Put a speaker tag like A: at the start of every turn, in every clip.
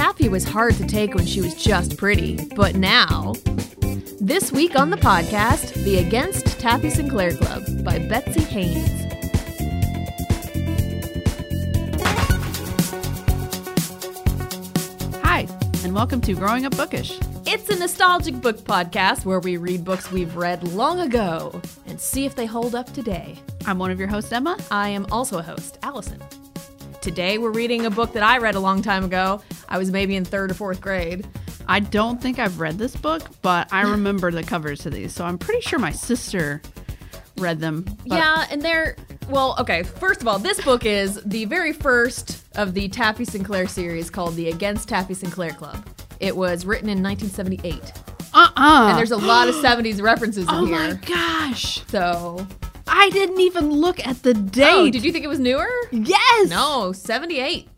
A: Selfie was hard to take when she was just pretty, but now. This week on the podcast, the Against Taffy Sinclair Club by Betsy Haynes.
B: Hi, and welcome to Growing Up Bookish.
A: It's a nostalgic book podcast where we read books we've read long ago and see if they hold up today.
B: I'm one of your hosts, Emma.
A: I am also a host, Allison. Today we're reading a book that I read a long time ago. I was maybe in third or fourth grade.
B: I don't think I've read this book, but I remember the covers to these, so I'm pretty sure my sister read them. but-
A: yeah, and they're well, okay. First of all, this book is the very first of the Taffy Sinclair series called the Against Taffy Sinclair Club. It was written in 1978,
B: Uh-uh.
A: and there's a lot of 70s references in
B: Oh
A: here.
B: my gosh.
A: So,
B: I didn't even look at the date.
A: oh, did you think it was newer?
B: Yes.
A: No, 78.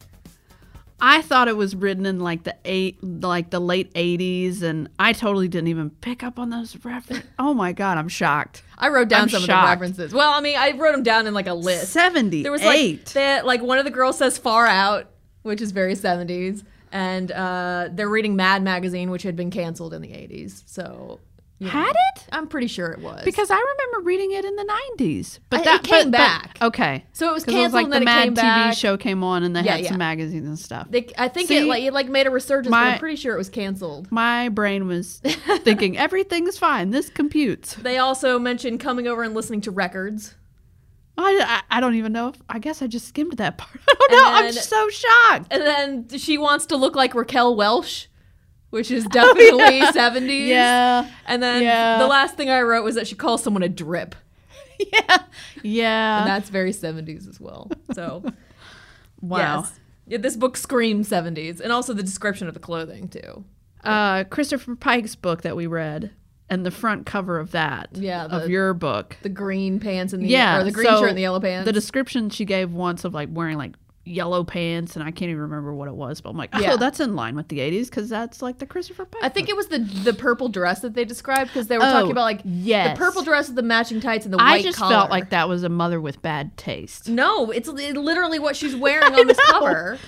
B: I thought it was written in like the eight like the late 80s and I totally didn't even pick up on those references. Oh my god, I'm shocked.
A: I wrote down
B: I'm
A: some of the
B: shocked.
A: references. Well, I mean, I wrote them down in like a list.
B: 78.
A: There was like that, like one of the girls says "far out," which is very seventies, and uh, they're reading Mad magazine, which had been canceled in the eighties. So you know,
B: Had it?
A: I'm pretty sure it was
B: Because I remember reading it in the nineties, but
A: I-
B: that
A: it came
B: but- but-
A: back.
B: okay,
A: So it was
B: 'Cause
A: canceled
B: like
A: and
B: the
A: then it
B: Mad
A: came
B: TV
A: back.
B: show came on, and they
A: Yeah,
B: had
A: yeah.
B: some magazines and stuff.
A: they, I think it
B: See?
A: like it like made a resurgence. but
B: My-
A: I'm pretty sure it was canceled.
B: My brain was thinking everything's fine. This computes.
A: They also mentioned coming over and listening to records.
B: I, I, I don't even know if I guess I just skimmed that part. I don't know. I'm
A: then-
B: just so shocked.
A: And then she wants to look like Raquel Welch, which is definitely 70s.
B: Oh, Yeah,
A: And then
B: Yeah.
A: the last thing I wrote was that she calls someone a drip.
B: yeah, yeah.
A: And that's very 70s as well. So,
B: wow.
A: yes. Yeah, this book screams 70s. And also the description of the clothing, too.
B: Uh, Christopher Pike's book that we read, and the front cover of that.
A: Yeah, the-
B: of your book.
A: The green pants and the,
B: yeah,
A: or the green
B: so
A: shirt and the yellow pants.
B: The description she gave once of like wearing like yellow pants, and I can't even remember what it was, but I'm like, oh,
A: Yeah.
B: that's in line with the '80s because that's like the Christopher Pike.
A: I think it was the the purple dress that they described because they were
B: Oh,
A: talking about like
B: yes.
A: the purple dress with the matching tights and the
B: I
A: white
B: just
A: collar.
B: felt like that was a mother with bad taste.
A: No, it's li- literally what she's wearing on this cover.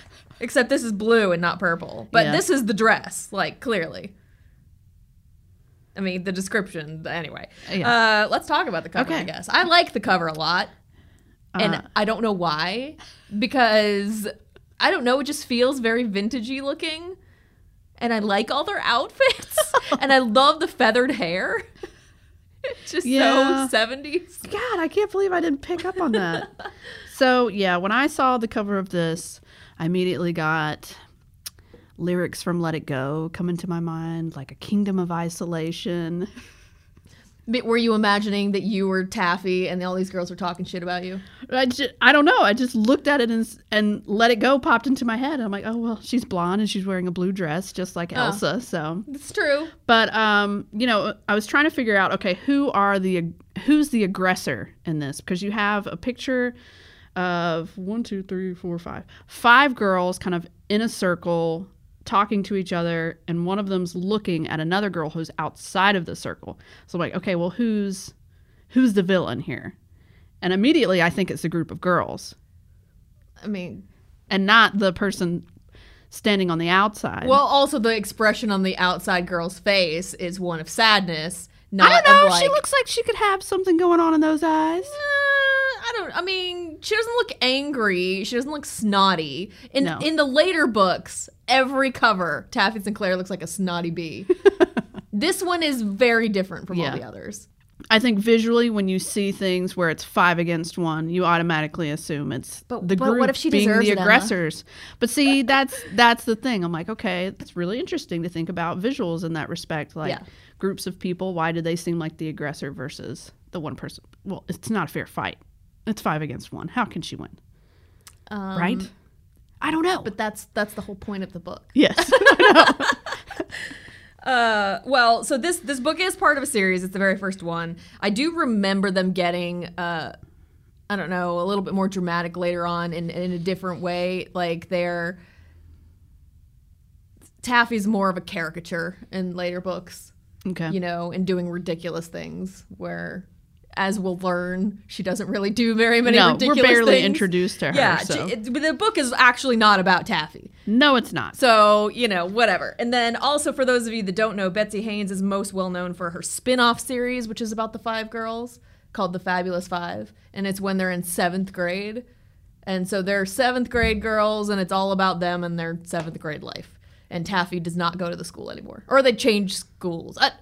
A: Except this is blue and not purple. But
B: Yeah.
A: this is the dress, like clearly. I mean, the description, but anyway.
B: Yeah.
A: Uh, let's talk about the cover, I
B: Okay.
A: guess. I like the cover a lot.
B: Uh.
A: And I don't know why, because I don't know, it just feels very vintagey looking. And I like all their outfits. and I love the feathered hair. It's just
B: Yeah.
A: so 70s.
B: God, I can't believe I didn't pick up on that. so yeah, when I saw the cover of this, I immediately got lyrics from Let It Go come into my mind, like a kingdom of isolation.
A: But were you imagining that you were Taffy and all these girls were talking shit about you?
B: I just, I don't know. I just looked at it and, s- and let it go popped into my head. I'm like, oh well, she's blonde and she's wearing a blue dress just like Elsa. So,
A: It's true.
B: but um, you know, I was trying to figure out, okay, who are the ag- who's the aggressor in this? Because you have a picture of one, two, three, four, five, five girls kind of in a circle talking to each other, and one of them's looking at another girl who's outside of the circle. So I'm like, okay, well, who's who's the villain here? And immediately, I think it's a group of girls
A: I mean,
B: and not the person standing on the outside.
A: well, also the expression on the outside girl's face is one of sadness, not
B: I don't
A: of
B: know.
A: like.
B: she looks like she could have something going on in those eyes.
A: "Uh, I don't. I mean, she doesn't look angry. She doesn't look snotty. In
B: No.
A: in the later books, every cover Taffy Sinclair looks like a snotty bee. this one is very different from
B: Yeah.
A: all the others.
B: I think visually, when you see things where it's five against one, you automatically assume it's
A: But-
B: the
A: but what
B: group
A: if she
B: being
A: deserves
B: the
A: it, Emma?
B: aggressors. But see, that's that's the thing. I'm like, okay, it's really interesting to think about visuals in that respect. Like
A: Yeah.
B: groups of people, why do they seem like the aggressor versus the one person? Well, it's not a fair fight. It's five against one. How can she win?
A: Um,
B: right? I don't know.
A: But that's that's the whole point of the book.
B: yes.
A: Uh, well, so this this book is part of a series. It's the very first one. I do remember them getting, uh, I don't know, a little bit more dramatic later on in in a different way. Like they're Taffy's more of a caricature in later books,
B: okay.
A: you know, and doing ridiculous things. Where, as we'll learn, she doesn't really do very many
B: no, we're
A: ridiculous
B: barely
A: things.
B: introduced to her.
A: Yeah,
B: so.
A: j- it- but the book is actually not about Taffy.
B: No, it's not.
A: So, you know, whatever. And then also for those of you that don't know, Betsy Haynes is most well known for her spin-off series, which is about the five girls, called The Fabulous Five. And it's when they're in seventh grade. And so they're seventh grade girls, and it's all about them and their seventh grade life. And Taffy does not go to the school anymore. Or they change schools. I,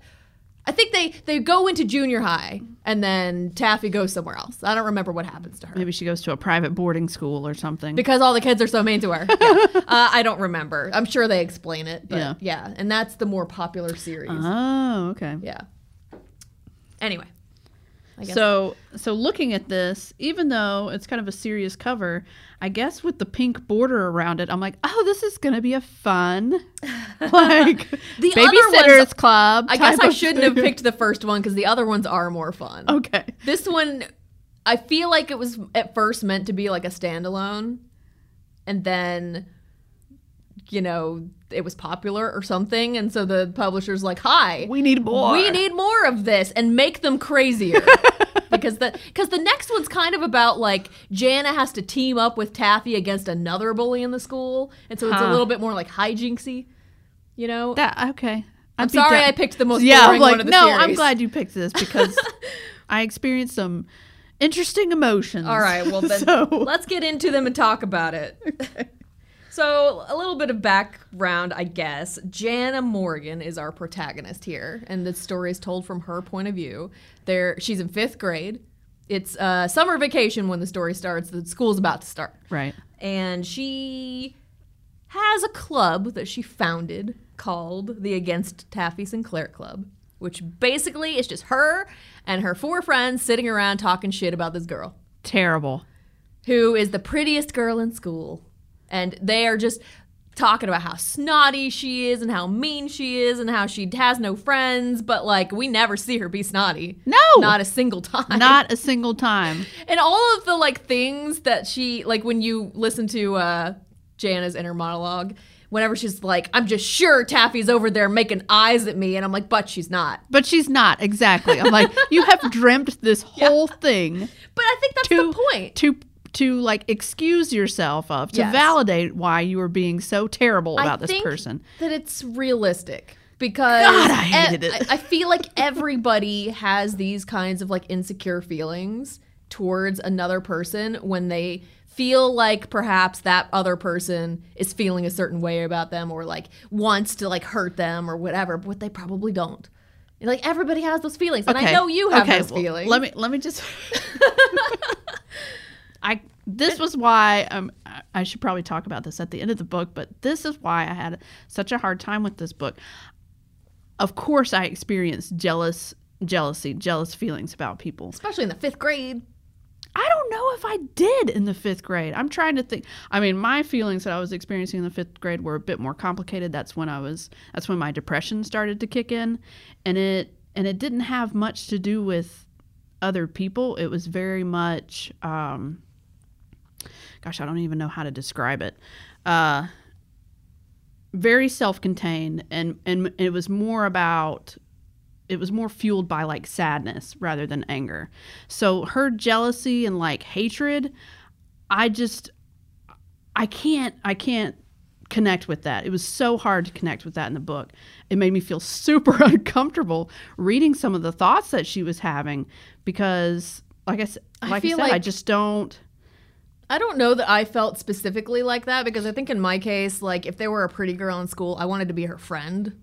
A: I think they, they go into junior high, and then Taffy goes somewhere else. I don't remember what happens to her
B: Maybe she goes to a private boarding school or something.
A: because all the kids are so mean to her. Yeah. uh, I don't remember. I'm sure they explain it, but
B: Yeah.
A: yeah. and that's the more popular series.
B: oh, okay.
A: Yeah. Anyway, I guess.
B: So, so looking at this, even though it's kind of a serious cover, I guess with the pink border around it, I'm like, oh, this is gonna be a fun, like
A: The other
B: babysitters
A: ones-
B: club.
A: I guess
B: type
A: I
B: of Oh.
A: shouldn't have
B: thing.
A: picked the first one because the other ones are more fun.
B: Okay,
A: This one, I feel like it was at first meant to be like a standalone, and then, you know, it was popular or something, and so the publisher's like, "Hi,
B: we need more.
A: We need more of this and make them crazier. because the because the next one's kind of about like Jana has to team up with Taffy against another bully in the school, and so it's
B: Huh.
A: a little bit more like hijinksy, you know.
B: that. Okay, i
A: I'm sorry I picked the most
B: yeah,
A: boring
B: I'm like,
A: one of the
B: no, I'm
A: series.
B: glad you picked this because I experienced some interesting emotions.
A: All right, well then
B: so,
A: let's get into them and talk about it. So, a little bit of background, I guess. Jana Morgan is our protagonist here, and the story is told from her point of view. There, she's in fifth grade. It's uh, summer vacation when the story starts. The school's about to start,
B: right.
A: and she has a club that she founded called the Against Taffy Sinclair Club, which basically is just her and her four friends sitting around talking shit about this girl
B: Terrible.
A: who is the prettiest girl in school. And they are just talking about how snotty she is and how mean she is and how she has no friends, but like we never see her be snotty.
B: No!
A: Not a single time.
B: Not a single time.
A: and all of the like things that she like when you listen to uh Jana's inner monologue, whenever she's like, I'm just sure Taffy's over there making eyes at me and I'm like, but she's not.
B: But she's not exactly. I'm like, you have dreamt this whole thing
A: But I think that's
B: to
A: the point.
B: to to like excuse yourself of to
A: Yes.
B: validate why you were being so terrible
A: I
B: about this
A: think
B: person.
A: That it's realistic because e-
B: God, I hated it.
A: I, I feel like everybody has these kinds of like insecure feelings towards another person when they feel like perhaps that other person is feeling a certain way about them or like wants to like hurt them or whatever, but they probably don't. And, Like everybody has those feelings, and I know you have
B: okay,
A: those
B: well,
A: feelings.
B: Let me let me just. I this was why um I- I should probably talk about this at the end of the book, but this is why I had such a hard time with this book. Of course, I experienced jealous jealousy, jealous feelings about people.
A: Especially in the fifth grade,
B: I don't know if I did in the fifth grade. I'm trying to think. I mean, my feelings that I was experiencing in the fifth grade were a bit more complicated. That's when I was. That's when my depression started to kick in, and it and it didn't have much to do with other people. It was very much. Um, gosh, I don't even know how to describe it. Uh, very self-contained, and and it was more about it was more fueled by like sadness rather than anger. So her jealousy and like hatred, I just I can't I can't connect with that. It was so hard to connect with that in the book. It made me feel super uncomfortable reading some of the thoughts that she was having because like I, s-
A: I
B: like I
A: feel
B: said, I
A: like-
B: just don't
A: I don't know that I felt specifically like that because I think in my case, like if there were a pretty girl in school, I wanted to be her friend,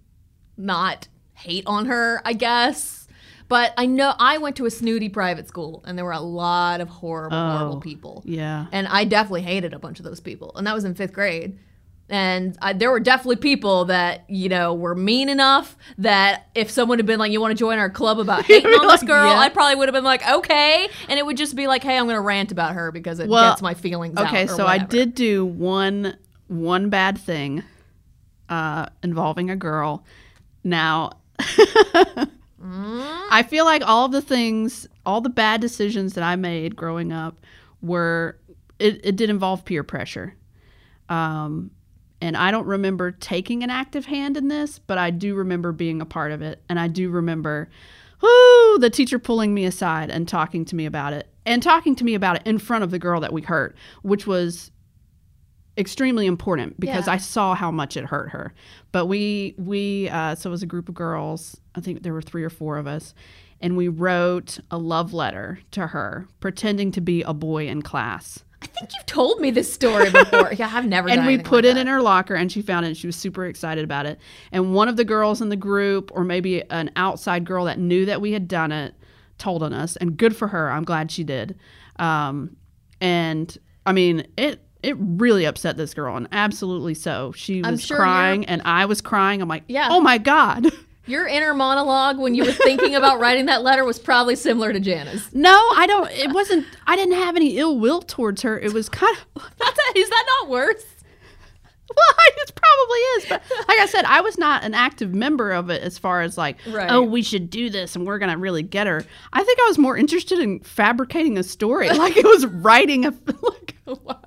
A: not hate on her, I guess. But I know I went to a snooty private school and there were a lot of horrible, horrible
B: Oh,
A: people.
B: yeah.
A: And I definitely hated a bunch of those people. And that was in fifth grade. And I, there were definitely people that, you know, were mean enough that if someone had been like, you want to join our club about hating
B: be
A: on this
B: like,
A: girl,
B: yeah.
A: I probably would have been like, okay. And it would just be like, hey, I'm going to rant about her because it
B: Well,
A: gets my feelings out
B: Okay,
A: or
B: so I
A: whatever.
B: did do one one bad thing uh, involving a girl. Now,
A: Mm.
B: I feel like all of the things, all the bad decisions that I made growing up, were it, it did involve peer pressure. Um, and I don't remember taking an active hand in this, but I do remember being a part of it. And I do remember whoo, the teacher pulling me aside and talking to me about it and talking to me about it in front of the girl that we hurt, which was extremely important because
A: Yeah.
B: I saw how much it hurt her. But we we uh, so it was a group of girls. I think there were three or four of us, and we wrote a love letter to her, pretending to be a boy in class.
A: I think you've told me this story before. yeah, I've never.
B: And
A: done
B: we
A: anything
B: put
A: like
B: it
A: that.
B: in her locker, and she found it. And she was super excited about it. And one of the girls in the group, or maybe an outside girl that knew that we had done it, told on us. And good for her. I'm glad she did. Um, and I mean, it it really upset this girl, and absolutely so. She
A: I'm
B: was
A: sure
B: crying, and I was crying. I'm like,
A: Yeah.
B: oh my god.
A: Your inner monologue when you were thinking about writing that letter was probably similar to Jana's.
B: No, I don't. It wasn't. I didn't have any ill will towards her. It was kind of.
A: That's is that not worse?
B: Well, it probably is, but like I said, I was not an active member of it as far as like,
A: Right.
B: oh, we should do this and we're gonna really get her. I think I was more interested in fabricating a story, like it was writing a like,
A: Wow.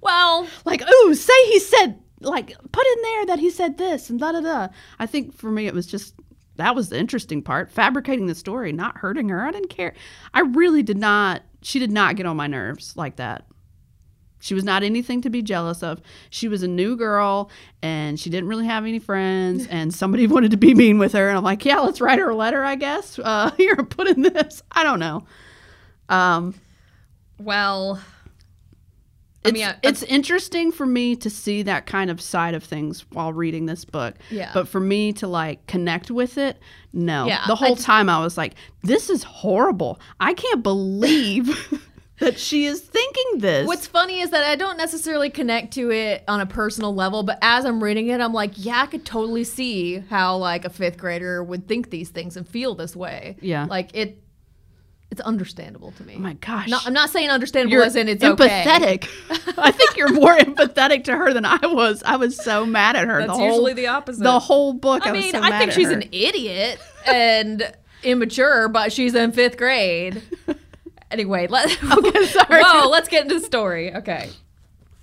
A: well,
B: like ooh, say he said like put in there that he said this and da da da. I think for me it was just that was the interesting part, fabricating the story, not hurting her. I didn't care. I really did not. She did not get on my nerves like that. She was not anything to be jealous of. She was a new girl and she didn't really have any friends, and somebody wanted to be mean with her. And I'm like, yeah, let's write her a letter, I guess. Uh, here, put in this. I don't know. Um,
A: well. I
B: it's,
A: mean, I-
B: it's interesting for me to see that kind of side of things while reading this book.
A: Yeah.
B: But for me to like connect with it, no.
A: Yeah,
B: the
A: I
B: whole
A: d-
B: time I was like, this is horrible. I can't believe that she is thinking this.
A: What's funny is that I don't necessarily connect to it on a personal level, but as I'm reading it, I'm like, yeah, I could totally see how like a fifth grader would think these things and feel this way.
B: Yeah.
A: like it, it's understandable to me.
B: oh my gosh.
A: No, I'm not saying understandable
B: you're
A: as in it's okay.
B: empathetic. I think you're more empathetic to her than I was. I was so mad at her.
A: That's
B: the whole,
A: usually the opposite.
B: The whole book. I,
A: I
B: was
A: mean,
B: so
A: I
B: mad
A: think
B: at
A: she's
B: her.
A: an idiot and immature, but she's in fifth grade. Anyway, let
B: Okay, sorry.
A: Whoa, let's get into the story. Okay.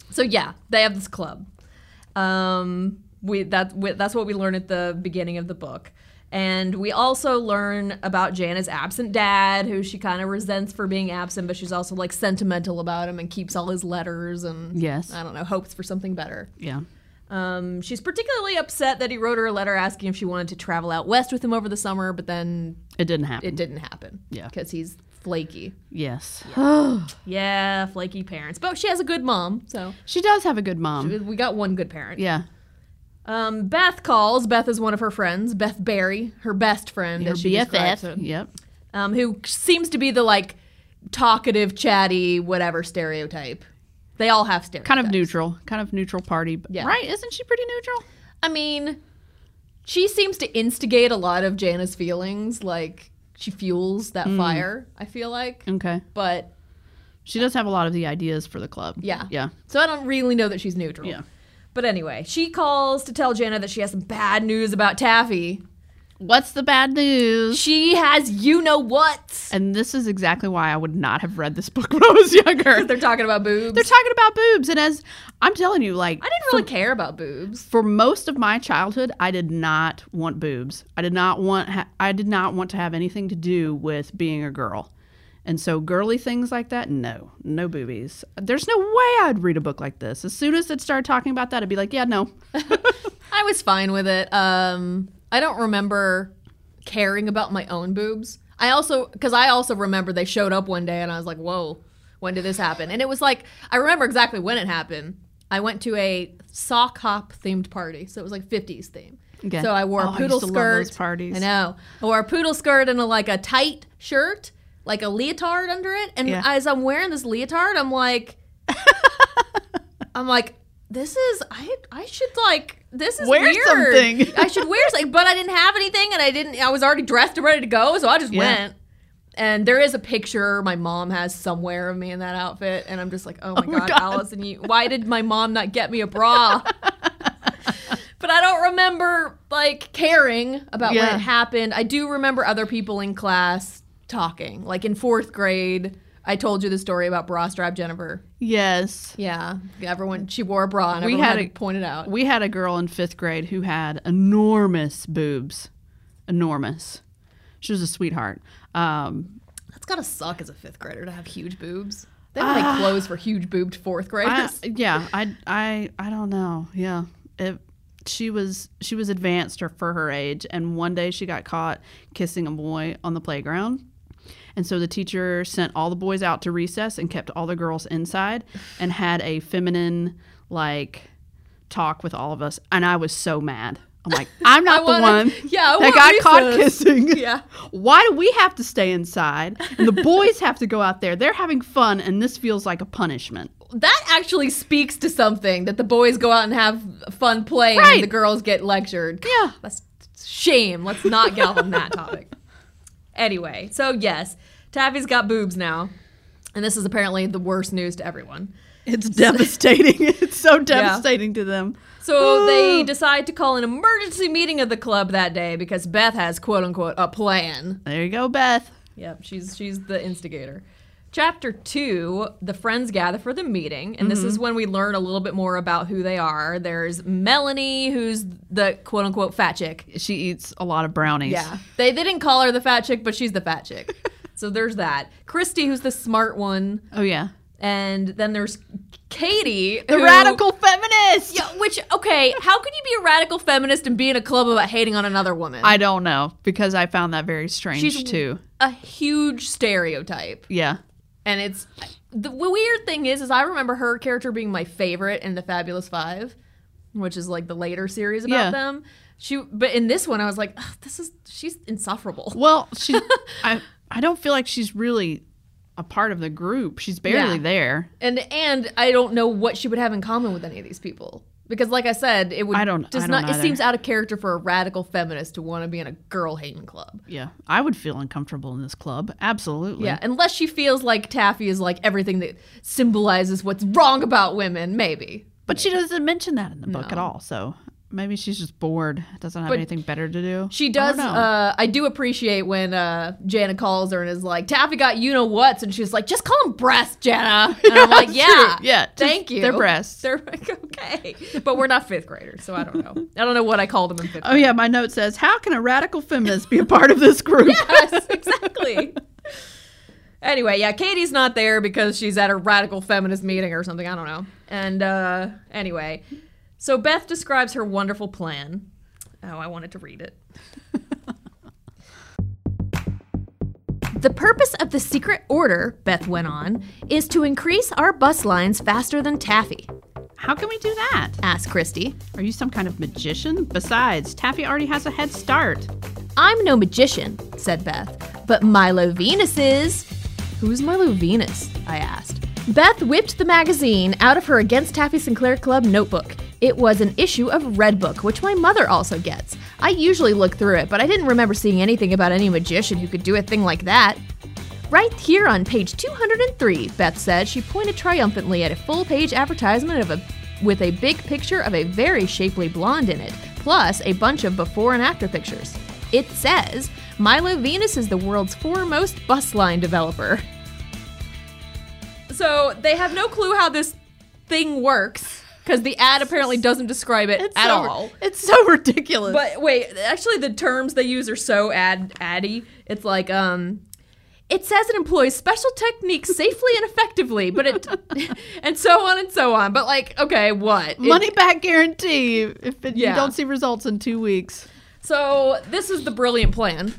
A: So yeah, they have this club. Um, we that we, that's what we learn at the beginning of the book, and we also learn about Jana's absent dad, who she kind of resents for being absent, but she's also like sentimental about him and keeps all his letters and
B: Yes.
A: I don't know, hopes for something better.
B: Yeah.
A: Um, she's particularly upset that he wrote her a letter asking if she wanted to travel out west with him over the summer, but then
B: It didn't happen.
A: it didn't happen.
B: Yeah.
A: Because he's flaky.
B: Yes.
A: Yeah, flaky parents. But she has a good mom, so
B: she does have a good mom.
A: we got one good parent.
B: yeah.
A: Um, Beth calls. Beth is one of her friends, Beth Barry, her best friend.
B: Her
A: as she describes
B: BFF.
A: it,
B: Yep.
A: Um, who seems to be the like talkative, chatty, whatever stereotype. They all have stereotypes.
B: Kind of neutral. Kind of neutral party. but-
A: Yeah.
B: Right? Isn't she pretty neutral?
A: I mean, she seems to instigate a lot of Jana's feelings. Like, she fuels
B: Hmm.
A: that fire, I feel like.
B: Okay.
A: But,
B: She does have a lot of the ideas for the club.
A: Yeah.
B: Yeah.
A: so I don't really know that she's neutral.
B: Yeah.
A: But anyway, she calls to tell Jana that she has some bad news about Taffy.
B: What's the bad news?
A: She has you know what.
B: And this is exactly why I would not have read this book when I was younger.
A: They're talking about boobs.
B: They're talking about boobs. And as I'm telling you, like,
A: I didn't really care about boobs.
B: for most of my childhood, I did not want boobs. I did not want ha- I did not want to have anything to do with being a girl. And so girly things like that, no, no boobies. There's no way I'd read a book like this. As soon as it started talking about that, I'd be like, yeah, no.
A: I was fine with it. Um, I don't remember caring about my own boobs. I also, because I also remember they showed up one day and I was like, whoa, when did this happen? And it was like, I remember exactly when it happened. I went to a sock hop themed party. So it was like 50s theme.
B: Okay.
A: So I wore
B: Oh, I
A: a
B: used
A: poodle
B: to love
A: skirt.
B: those parties.
A: I know. I wore a poodle skirt and a, like a tight shirt, like a leotard under it. And
B: Yeah.
A: as I'm wearing this leotard, I'm like, I'm like, this is I I should like this is
B: Wear
A: weird.
B: something.
A: I should wear something, but I didn't have anything, and I didn't. I was already dressed and ready to go, so I just
B: Yeah.
A: went. And there is a picture my mom has somewhere of me in that outfit, and I'm just like, oh my,
B: my
A: god,
B: God.
A: Allison, you, why did my mom not get me a bra? but I don't remember like caring about when
B: Yeah.
A: it happened. I do remember other people in class talking, like in fourth grade. I told you the story about bra strap Jennifer.
B: Yes.
A: Yeah, everyone. She wore a bra, and
B: We
A: everyone
B: had
A: had,
B: a-
A: to point it out.
B: We had a girl in fifth grade who had enormous boobs. Enormous. She was a sweetheart. Um,
A: That's gotta suck as a fifth grader to have huge boobs. They don't
B: Ah.
A: make clothes for huge boobed fourth
B: I,
A: graders.
B: yeah, I, I, I don't know. Yeah, it, she was she was advanced her- for her age, and one day she got caught kissing a boy on the playground, and so the teacher sent all the boys out to recess and kept all the girls inside, and had a feminine like talk with all of us, and I was so mad. I'm like, I'm not the
A: wanna-
B: one
A: Yeah, I
B: that
A: want
B: got caught
A: recess.
B: kissing.
A: Yeah.
B: Why do we have to stay inside and the boys have to go out there? They're having fun, and this feels like a punishment.
A: That actually speaks to something that the boys go out and have fun playing
B: Right.
A: and the girls get lectured.
B: Yeah.
A: That's shame. Let's not get on that topic. Anyway, so yes, Taffy's got boobs now. And this is apparently the worst news to everyone.
B: It's devastating. it's so devastating to them.
A: So they
B: Ooh.
A: decide to call an emergency meeting of the club that day because Beth has quote unquote a plan.
B: There you go, Beth.
A: Yep, she's she's the instigator. Chapter two, the friends gather for the meeting, and this is
B: Mm-hmm.
A: when we learn a little bit more about who they are. There's Melanie, who's the quote unquote fat chick.
B: She eats a lot of brownies.
A: Yeah. They they didn't call her the fat chick, but she's the fat chick. so there's that. Christy, who's the smart one,
B: Oh yeah.
A: and then there's Katie.
B: The
A: who-
B: radical feminist.
A: Yeah, which okay, how could you be a radical feminist and be in a club about hating on another woman?
B: I don't know because I found that very strange
A: She's-
B: too.
A: a huge stereotype.
B: Yeah.
A: and it's the weird thing is is i remember her character being my favorite in the fabulous five which is like the later series about
B: Yeah.
A: them she but in this one i was like "Ugh, this is she's insufferable
B: Well, she. I. I don't feel like she's really a part of the group. She's barely
A: Yeah.
B: there.
A: and and i don't know what she would have in common with any of these people because like i said it would
B: I don't- I
A: does
B: don't
A: not it
B: either.
A: seems out of character for a radical feminist to want to be in a girl hating club
B: Yeah. I would feel uncomfortable in this club. Absolutely.
A: yeah unless she feels like taffy is like everything that symbolizes what's wrong about women maybe
B: But she doesn't mention that in the book at all. So maybe she's just bored. Doesn't have
A: But
B: anything better to do.
A: She
B: I
A: does.
B: don't
A: I,
B: know.
A: uh, I do appreciate when uh, Jana calls her and is like, "Taffy got you know what's," and she's like, "Just call them breasts, Jana." And I'm like,
B: That's
A: "Yeah,
B: true. Yeah, just
A: thank you."
B: their breasts.
A: They're like, okay, but we're not fifth graders, so I don't know. I don't know what I call them in fifth.
B: Oh yeah, my note says, "How can a radical feminist be a part of this group?"
A: grade. yes, exactly. Anyway, yeah, Katie's not there because she's at a radical feminist meeting or something. I don't know. And uh, anyway, so Beth describes her wonderful plan. Oh, I wanted to read it. The purpose of the secret order, Beth went on, is to increase our bus lines faster than Taffy,
B: How can we do that?
A: asked Christy.
B: Are you some kind of magician? Besides, Taffy already has a head start.
A: I'm no magician, said Beth, but Milo Venus is. Who's Milo Venus? I asked. Beth whipped the magazine out of her Against Taffy Sinclair Club notebook. It was an issue of Red Book, which my mother also gets. I usually look through it, but I didn't remember seeing anything about any magician who could do a thing like that. Right here on page 203, Beth said. She pointed triumphantly at a full page advertisement of a with a big picture of a very shapely blonde in it, plus a bunch of before and after pictures. It says, Milo Venus is the world's foremost bus line developer. So they have no clue how this thing works, because the ad apparently doesn't describe it at
B: so,
A: all.
B: It's so ridiculous.
A: But wait, actually, the terms they use are so ad addy. It's like um, it says it employs special techniques safely and effectively, but it and so on and so on. But like, okay, what It-
B: money back guarantee if it,
A: Yeah.
B: you don't see results in two weeks.
A: so this is the brilliant plan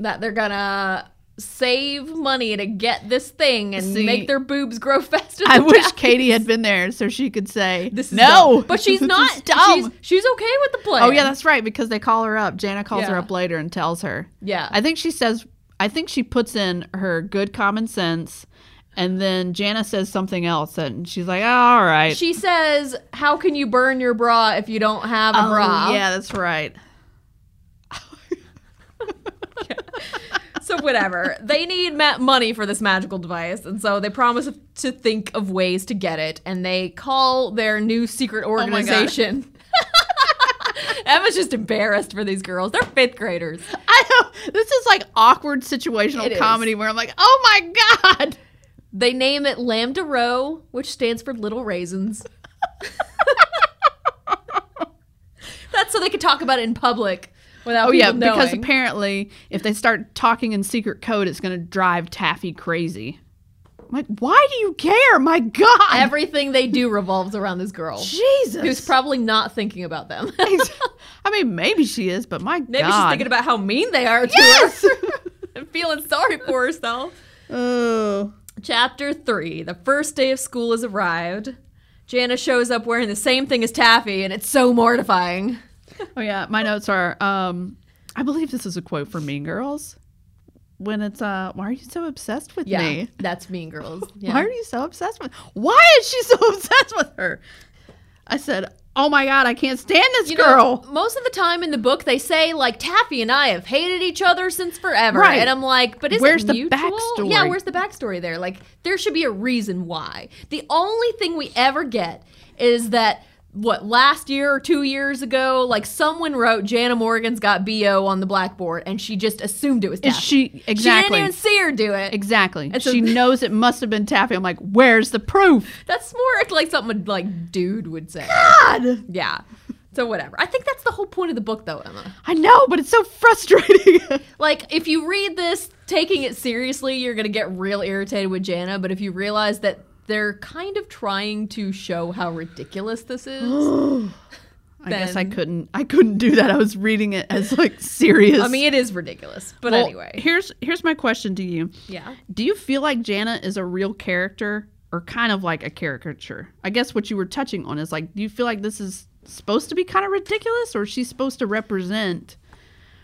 A: that they're gonna save money to get this thing and
B: See,
A: make their boobs grow faster.
B: I
A: than
B: wish
A: that.
B: Katie had been there so she could say
A: This is
B: no.
A: dumb. but she's
B: This is
A: not.
B: dumb.
A: She's, she's okay with the plan.
B: oh yeah, that's right. Because they call her up. Jana calls her
A: Yeah.
B: up later and tells her.
A: yeah.
B: I think she says, I think she puts in her good common sense, and then Jana says something else, and she's like, "Oh, all right.
A: she says, "How can you burn your bra if you don't have a
B: Oh,
A: bra?"
B: Yeah, that's right.
A: So whatever. they need ma- money for this magical device, and so they promise to think of ways to get it, and they call their new secret
B: Oh God.
A: organization. Emma's just embarrassed for these girls. They're fifth graders.
B: I know. This is like awkward situational
A: It is.
B: comedy where I'm like, oh my God.
A: They name it Lambda Rho, which stands for Little Raisins. That's so they could talk about it in public without
B: Oh,
A: people
B: yeah, because
A: knowing.
B: apparently if they start talking in secret code, it's going to drive Taffy crazy. Like, why do you care? My God.
A: Everything they do revolves around this girl
B: Jesus.
A: who's probably not thinking about them.
B: I mean, maybe she is, but my
A: Maybe
B: God.
A: she's thinking about how mean they are to
B: Yes!
A: her and feeling sorry for herself.
B: Oh.
A: Chapter 3 The first day of school has arrived. Jana shows up wearing the same thing as Taffy, and it's so mortifying.
B: Oh yeah, my notes are. Um, I believe this is a quote from Mean Girls. When it's, uh, why are you so obsessed with
A: Yeah,
B: me?
A: that's Mean Girls. Yeah.
B: Why are you so obsessed with? Why is she so obsessed with her? I said, oh my god, I can't stand this
A: You know,
B: girl.
A: most of the time in the book, they say like Taffy and I have hated each other since forever,
B: Right.
A: and I'm like, but is
B: Where's the
A: mutual?
B: backstory?
A: Yeah, where's the backstory there? Like, there should be a reason why. The only thing we ever get is that what last year or two years ago, like someone wrote Jana Morgan's got bo on the blackboard, and she just assumed it was Taffy.
B: Is she
A: She
B: exactly?
A: didn't even see her do it.
B: exactly.
A: so-
B: she knows it must have been Taffy. I'm like, where's the proof?
A: That's more like something a, like dude would say.
B: God,
A: Yeah. So whatever. I think that's the whole point of the book, though, Emma.
B: I know, but it's so frustrating.
A: Like, if you read this taking it seriously, you're going to get real irritated with Jana. But if you realize that they're kind of trying to show how ridiculous this is,
B: I guess I
A: Then-
B: couldn't. I couldn't do that. I was reading it as like serious.
A: I mean, it is ridiculous. But
B: Well,
A: anyway.
B: here's here's my question to you.
A: Yeah.
B: Do you feel like Jana is a real character or kind of like a caricature? I guess what you were touching on is like, do you feel like this is supposed to be kind of ridiculous or is she supposed to represent?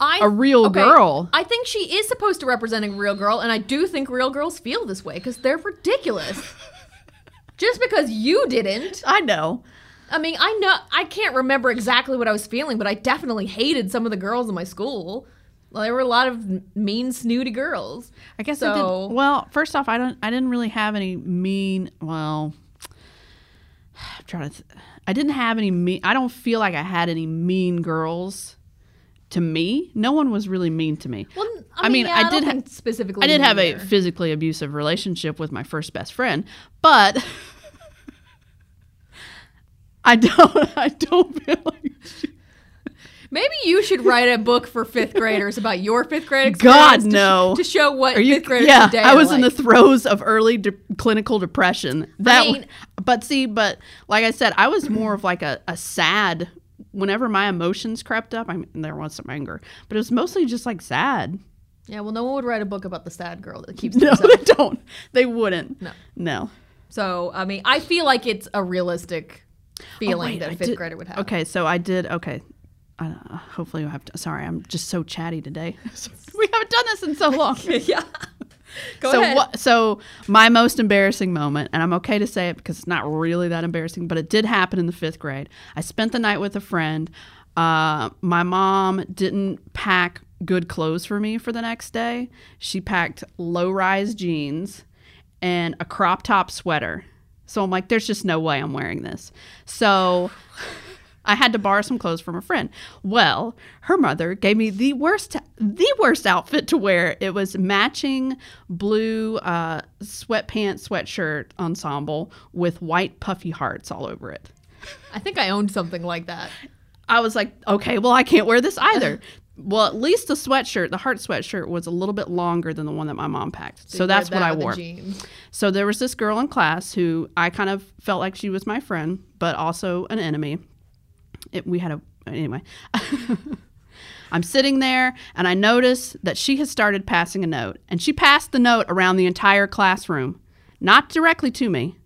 A: I,
B: a real girl.
A: I think she is supposed to represent a real girl, and I do think real girls feel this way because they're ridiculous. Just because you didn't
B: I know.
A: I mean, I know I can't remember exactly what I was feeling, but I definitely hated some of the girls in my school. There were a lot of m- mean, snooty girls.
B: I guess I
A: So-
B: did. Well, first off, I don't. I didn't really have any mean. Well, I'm trying to. Th- I didn't have any mean. I don't feel like I had any mean girls. To me, no one was really mean to me.
A: Well, I
B: I
A: mean,
B: mean,
A: yeah,
B: I
A: I, did
B: did ha-
A: specifically.
B: I did have a
A: mean
B: physically abusive relationship with my first best friend, but I don't. I don't feel like.
A: there. Maybe you should write a book for fifth graders about your fifth grade experience.
B: God,
A: to sh-
B: no.
A: to show what
B: Are you?
A: fifth graders
B: yeah,
A: today
B: I
A: are
B: was in the
A: like.
B: throes of early de- clinical depression. That, w-
A: mean-
B: but see, but like I said, I was more of like a, a sad. Whenever my emotions crept up, I mean, there was some anger, but it was mostly just like sad.
A: yeah, well, no one would write a book about the sad girl that keeps.
B: No,
A: No.
B: they don't. They wouldn't.
A: No.
B: No.
A: So, I mean, I feel like it's a realistic feeling
B: Oh, wait,
A: that
B: I
A: a fifth
B: did-
A: grader would have.
B: Okay, so I did. Okay, I don't know, hopefully you have. To, sorry, I'm just so chatty today. we haven't done this in so long.
A: yeah. Go
B: so
A: ahead.
B: what? So my most embarrassing moment, and I'm okay to say it because it's not really that embarrassing, but it did happen in the fifth grade. I spent the night with a friend. Uh, my mom didn't pack good clothes for me for the next day. She packed low-rise jeans and a crop top sweater. So I'm like, there's just no way I'm wearing this. So I had to borrow some clothes from a friend. Well, her mother gave me the worst, the worst outfit to wear. It was matching blue uh, sweatpants, sweatshirt ensemble with white puffy hearts all over it.
A: I think I owned something like that.
B: I was like, okay, well, I can't wear this either. well, at least the sweatshirt, the heart sweatshirt, was a little bit longer than the one that my mom packed. So,
A: You
B: that's
A: wear that
B: what I
A: with the
B: wore.
A: jeans.
B: So there was this girl in class who I kind of felt like she was my friend, but also an enemy. It, we had a anyway. I'm sitting there and I notice that she has started passing a note, and she passed the note around the entire classroom, not directly to me.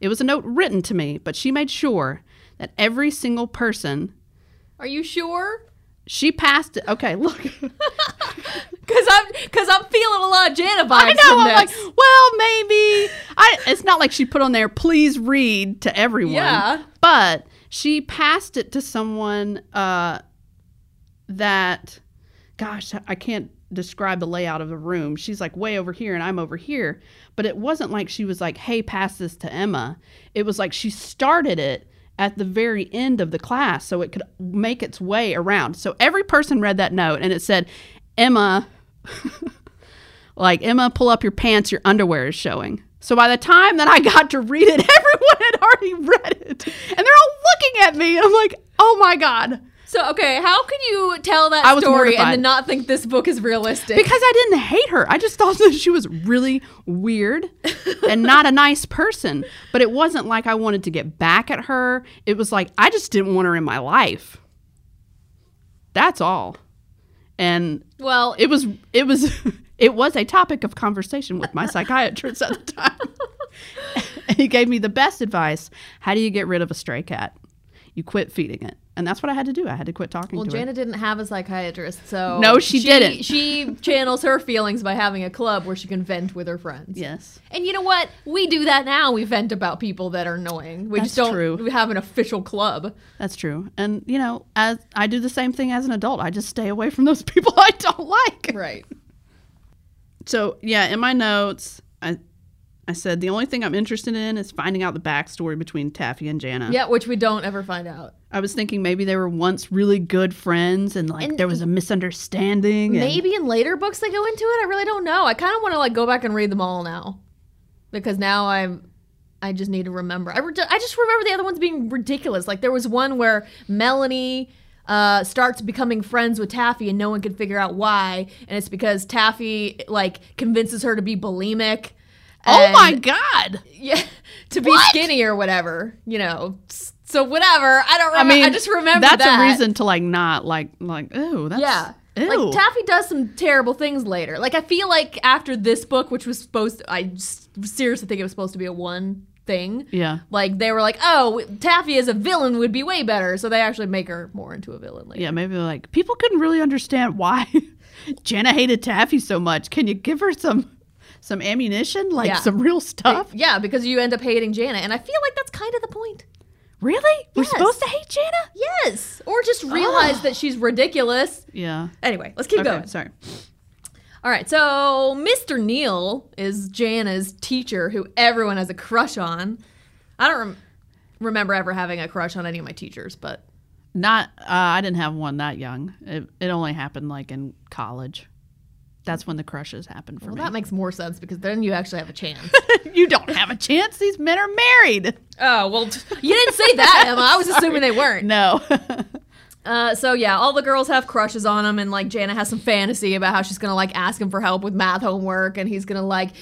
B: It was a note written to me, but she made sure that every single person
A: Are you sure?
B: she passed it. Okay, look.
A: Cause I'm, cause I'm feeling a lot of Jana vibes.
B: I know.
A: from
B: I'm like,
A: this.
B: well, maybe. I. It's not like she put on there, please read to everyone.
A: Yeah.
B: But she passed it to someone uh, that, gosh, I can't describe the layout of the room. She's like way over here and I'm over here. But it wasn't like she was like, hey, pass this to Emma. It was like she started it at the very end of the class so it could make its way around. So every person read that note and it said, Emma, like, Emma, pull up your pants, your underwear is showing. So by the time that I got to read it, everyone had already read it. And they're all looking at me. And I'm like, oh my God.
A: So okay, how can you tell that
B: I was
A: story
B: mortified.
A: and then not think this book is realistic?
B: Because I didn't hate her. I just thought that she was really weird and not a nice person. But it wasn't like I wanted to get back at her. It was like I just didn't want her in my life. That's all. And
A: well,
B: it was it was it was a topic of conversation with my psychiatrist at the time. and he gave me the best advice. How do you get rid of a stray cat? You quit feeding it. And that's what I had to do. I had to quit talking
A: well,
B: to
A: Jana didn't have a psychiatrist, so
B: No, she didn't.
A: She channels her feelings by having a club where she can vent with her friends.
B: it. Yes.
A: And you know what? We do that now. We vent about people that are annoying. We just
B: That's
A: don't
B: true.
A: we have an official club.
B: That's true. And you know, as I do the same thing as an adult. I just stay away from those people I don't like.
A: Right.
B: So yeah, in my notes, I I said the only thing I'm interested in is finding out the backstory between Taffy and Jana.
A: Yeah, which we don't ever find out.
B: I was thinking maybe they were once really good friends and like
A: And-
B: there was a misunderstanding. and-
A: Maybe in later books they go into it. I really don't know. I kind of want to like go back and read them all now, because now I'm, I just need to remember. I, re- I just remember the other ones being ridiculous. Like there was one where Melanie uh, starts becoming friends with Taffy, and no one can figure out why, and it's because Taffy like convinces her to be bulimic.
B: oh my
A: and-
B: god.
A: Yeah, to be skinny or whatever. You know. S- So whatever. I don't. Remember.
B: I
A: I
B: mean,
A: just remember
B: that's
A: that.
B: a reason to like not like like oh that's
A: Yeah.
B: ew.
A: Like Taffy does some terrible things later. Like I feel like after this book, which was supposed, to, I s- seriously think it was supposed to be a one thing.
B: yeah.
A: Like they were like, oh, Taffy as a villain would be way better. So they actually make her more into a villain later.
B: Yeah, maybe like people couldn't really understand why Jana hated Taffy so much. Can you give her some some ammunition, like
A: Yeah.
B: some real stuff?
A: Yeah, because you end up hating Jana, and I feel like that's kind of the point.
B: Really? We're
A: Yes.
B: supposed to hate Jana?
A: Yes, or just realize that she's ridiculous.
B: Yeah.
A: Anyway, let's keep
B: okay,
A: going.
B: sorry.
A: All right, so Mr. Neal is Jana's teacher who everyone has a crush on. I don't rem- remember ever having a crush on any of my teachers, but
B: Not uh, I didn't have one that young. It, it only happened like in college. That's when the crushes happened for
A: well, that makes more sense because then you actually have a chance.
B: me. you don't have a chance. These men are married.
A: oh, well, you didn't say that, Emma. I was assuming they weren't.
B: No.
A: Uh, so, yeah, all the girls have crushes on him, and like Jana has some fantasy about how she's gonna like ask him for help with math homework, and he's gonna like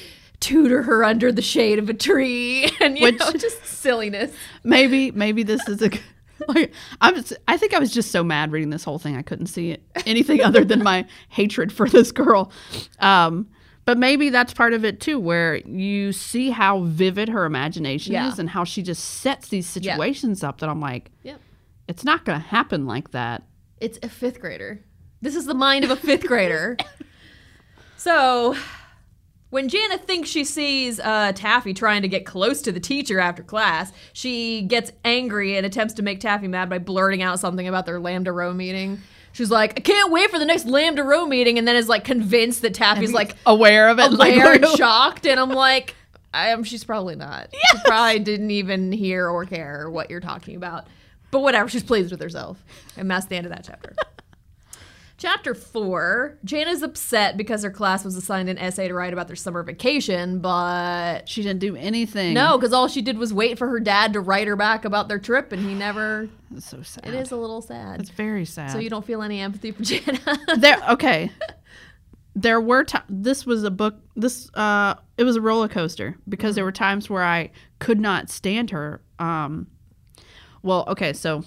A: tutor her under the shade of a tree, and you
B: Which-
A: know, just silliness.
B: maybe maybe this is a g- like I was I think I was just so mad reading this whole thing I couldn't see it, anything other than my hatred for this girl. Um but maybe that's part of it too where you see how vivid her imagination
A: Yeah.
B: is and how she just sets these
A: Yeah.
B: situations up that I'm like
A: Yep.
B: it's not going to happen like that.
A: It's a fifth grader. This is the mind of a fifth grader. So, when Jana thinks she sees uh, Taffy trying to get close to the teacher after class, she gets angry and attempts to make Taffy mad by blurting out something about their Lambda Rho meeting. She's like, I can't wait for the next Lambda Rho meeting, and then is like convinced that Taffy's like
B: aware of it like,
A: aware and
B: really-
A: shocked, and I'm like, I am. She's probably not. She probably didn't even hear or care what you're talking about. But whatever, she's pleased with herself, and that's the end of that chapter. chapter four. Jana's upset because her class was assigned an essay to write about their summer vacation, but
B: She didn't do anything.
A: no, because all she did was wait for her dad to write her back about their trip, and he never.
B: It's so sad.
A: It is a little sad.
B: It's very sad.
A: So you don't feel any empathy for Jana.
B: there okay there were ti this was a book this uh it was a roller coaster because there were times where i could not stand her um well okay so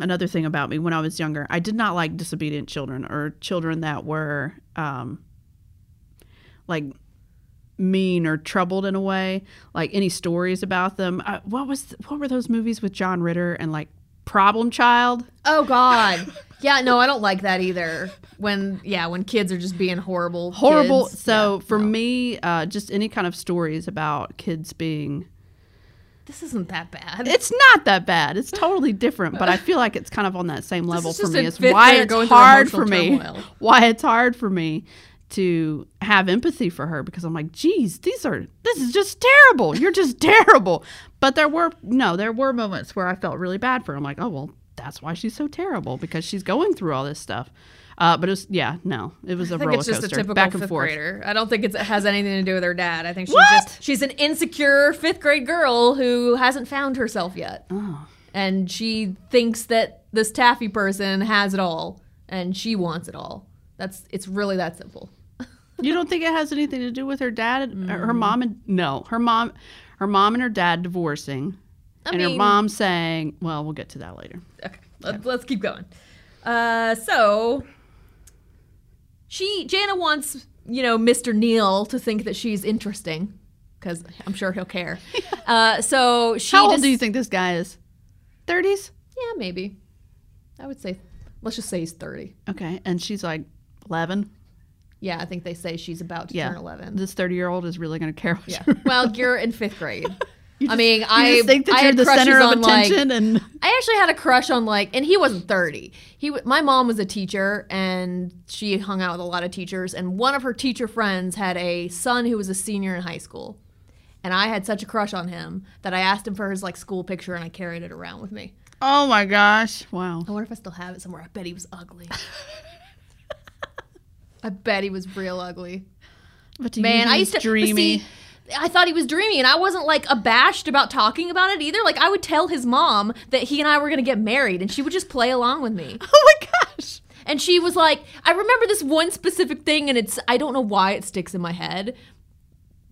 B: another thing about me when i was younger i did not like disobedient children or children that were um like mean or troubled in a way like any stories about them I, what was what were those movies with john ritter and like problem child
A: Oh God. Yeah, no, I don't like that either. When yeah, when kids are just being horrible.
B: horrible.
A: kids.
B: So
A: Yeah,
B: for
A: no.
B: me, uh, just any kind of stories about kids being.
A: this isn't that bad.
B: It's not that bad. It's totally different, but I feel like it's kind of on that same level
A: is
B: for
A: just
B: me.
A: a
B: It's
A: fifth
B: why
A: grader
B: it's
A: going through
B: hard for
A: emotional
B: me.
A: turmoil.
B: Why it's hard for me to have empathy for her because I'm like, geez, these are this is just terrible. You're just terrible. But there were no, there were moments where I felt really bad for her. I'm like, oh well, that's why she's so terrible because she's going through all this stuff. Uh, but it was yeah, no, it was a
A: I think
B: roller
A: it's just a
B: coaster
A: typical
B: back and
A: fifth
B: forth.
A: grader. I don't think it's, it has anything to do with her dad. I think she's
B: What? Oh.
A: just she's an insecure fifth grade girl who hasn't found herself yet. and she thinks that this taffy person has it all and she wants it all. That's it's really that simple.
B: You don't think it has anything to do with her dad, or her
A: Mm.
B: mom, and no, her mom, her mom and her dad divorcing,
A: I
B: and her
A: mean-
B: mom saying, "Well, we'll get to that later."
A: Okay, let, let's keep going. Uh, so she Jana wants you know Mr. Neal to think that she's interesting because I'm sure he'll care. Uh, so she
B: How old
A: just-
B: do you think this guy is? Thirties.
A: Yeah, maybe. I would say let's just say he's 30.
B: Okay, and she's like eleven.
A: Yeah, I think they say she's about to
B: Yeah,
A: turn 11.
B: This thirty-year-old is really going to care. What
A: Yeah.
B: you're-
A: Well, you're in fifth grade. I
B: You just-
A: mean,
B: you
A: I
B: just think that
A: I
B: you're
A: had
B: the
A: crushes
B: center of
A: on, like-
B: attention, and
A: I actually had a crush on like, and he wasn't thirty. He, w- my mom was a teacher, and she hung out with a lot of teachers. And one of her teacher friends had a son who was a senior in high school, and I had such a crush on him that I asked him for his like school picture, and I carried it around with me.
B: oh my gosh, wow.
A: I wonder if I still have it somewhere. I bet he was ugly. I bet he was real ugly.
B: But do you
A: Man,
B: think
A: I used
B: he's
A: to but
B: dreamy.
A: see, I thought he was dreamy, and I wasn't like abashed about talking about it either. Like I would tell his mom that he and I were gonna get married, and she would just play along with me.
B: oh my gosh.
A: And she was like, I remember this one specific thing, and it's I don't know why it sticks in my head,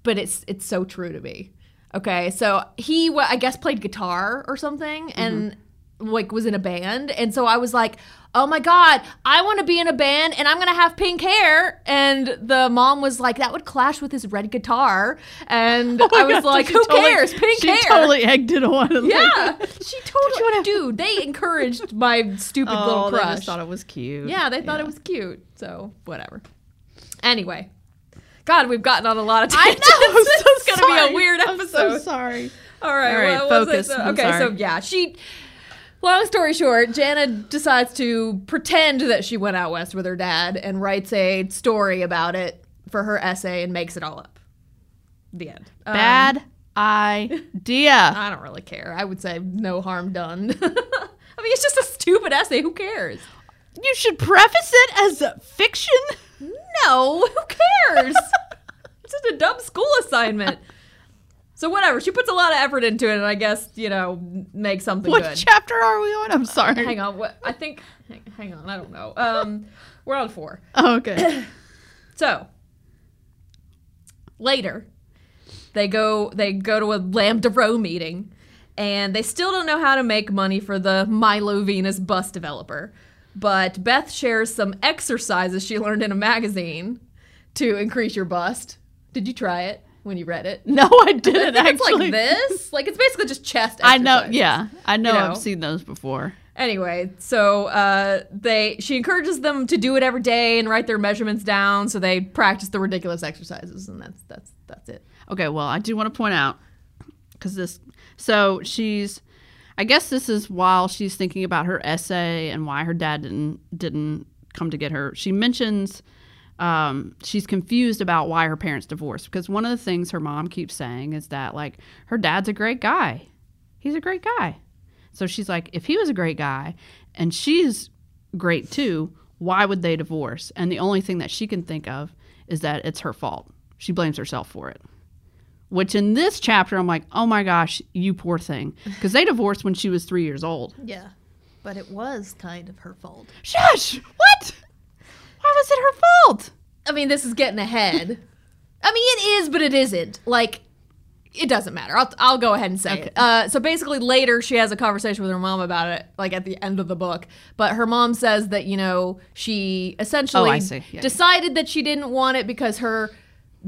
A: but it's it's so true to me. Okay, so he wa- I guess played guitar or
B: Mm-hmm.
A: something, and like was in a band, and so I was like. Oh my God, I want to be in a band and I'm going to have pink hair. And the mom was like, that would clash with his red guitar. And
B: Oh my
A: I was
B: gosh,
A: like,
B: she
A: who
B: totally-
A: cares? Pink
B: she
A: hair.
B: totally egged it on. Like,
A: yeah. She
B: you
A: totally,
B: wanna-
A: dude, they encouraged my stupid
B: Oh,
A: little
B: they
A: crush.
B: just thought it was cute.
A: Yeah, they thought it was cute. So whatever. Anyway, God, we've gotten on a lot of tangents. it's gonna be a weird episode.
B: sorry.
A: All right,
B: All
A: what
B: right,
A: was I
B: focus.
A: saying?
B: I'm
A: okay, so
B: sorry.
A: yeah, she. Long story short, Jana decides to pretend that she went out west with her dad and writes a story about it for her essay and makes it all up. The end. Um,
B: Bad idea.
A: I don't really care. I would say no harm done. I mean, it's just a stupid essay. Who cares?
B: You should preface it as a fiction.
A: No, who cares? it's just a dumb school assignment. So whatever, she puts a lot of effort into it, and I guess you know make something
B: What
A: good. Uh,
B: chapter are we on? I'm sorry.
A: hang on, what, I think. Hang, hang on, I don't know. Um, we're on four.
B: Oh, okay.
A: So later, they go they go to a Lambda Rho meeting, and they still don't know how to make money for the Milo Venus bus developer. But Beth shares some exercises she learned in a magazine to increase your bust. Did you try it when you read it?
B: no, I didn't
A: It's
B: actually.
A: like this. Like it's basically just chest.
B: I know.
A: exercises.
B: Yeah, I know,
A: You know.
B: I've seen those before.
A: Anyway, so uh, they she encourages them to do it every day and write their measurements down, so they practice the ridiculous exercises, and that's that's that's it.
B: Okay, well, I do want to point out because this. So she's. I guess this is while she's thinking about her essay and why her dad didn't didn't come to get her. She mentions um, she's confused about why her parents divorced because one of the things her mom keeps saying is that like her dad's a great guy, he's a great guy. So she's like, if he was a great guy and she's great too, why would they divorce? And the only thing that she can think of is that it's her fault. She blames herself for it which in this chapter I'm like, oh my gosh, you poor thing, because they divorced when she was three years old.
A: Yeah, but it was kind of her fault.
B: Shush! What? Why was it her fault?
A: I mean, this is getting ahead. I mean, it is, but it isn't. Like, it doesn't matter. I'll, I'll go ahead and say it. Uh, so basically, later she has a conversation with her mom about it, like at the end of the book. But her mom says that, you know, she essentially
B: Oh, I see. Yeah,
A: decided that she didn't want it because her